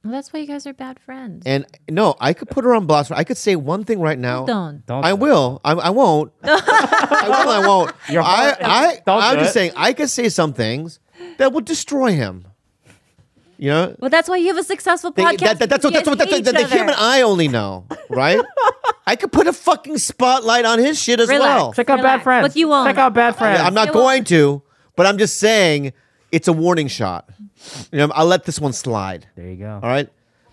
S3: Well, that's why you guys are bad friends.
S2: And no, I could put her on blast. I could say one thing right now.
S3: Don't.
S1: Don't.
S2: I will. I, I won't. I will. I won't.
S1: Your
S2: I,
S1: heart-
S2: I,
S1: Don't
S2: I'm
S1: do
S2: just
S1: it.
S2: saying, I could say some things that will destroy him. You know,
S3: Well, that's why you have a successful
S2: They-
S3: podcast.
S2: that- that- that's what that's what that's what- that the human eye only know, right? I could put a fucking spotlight on his shit as well.
S1: Check out Bad
S3: Relax,
S1: Friends.
S3: but you won't.
S1: Check out Bad Friends.
S2: I'm not
S3: It won't-
S2: going to, but I'm just saying it's a warning shot. You know, I'll let this one slide.
S1: there you go.
S2: All right.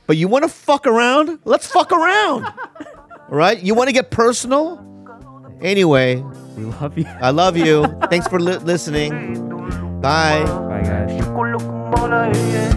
S2: But you want to fuck around? Let's fuck around. All right. You want to get personal? Anyway,
S1: We love you.
S2: I love you. Thanks for li- listening. Bye.
S1: Bye, guys.
S8: Con lo que mola, eh, eh.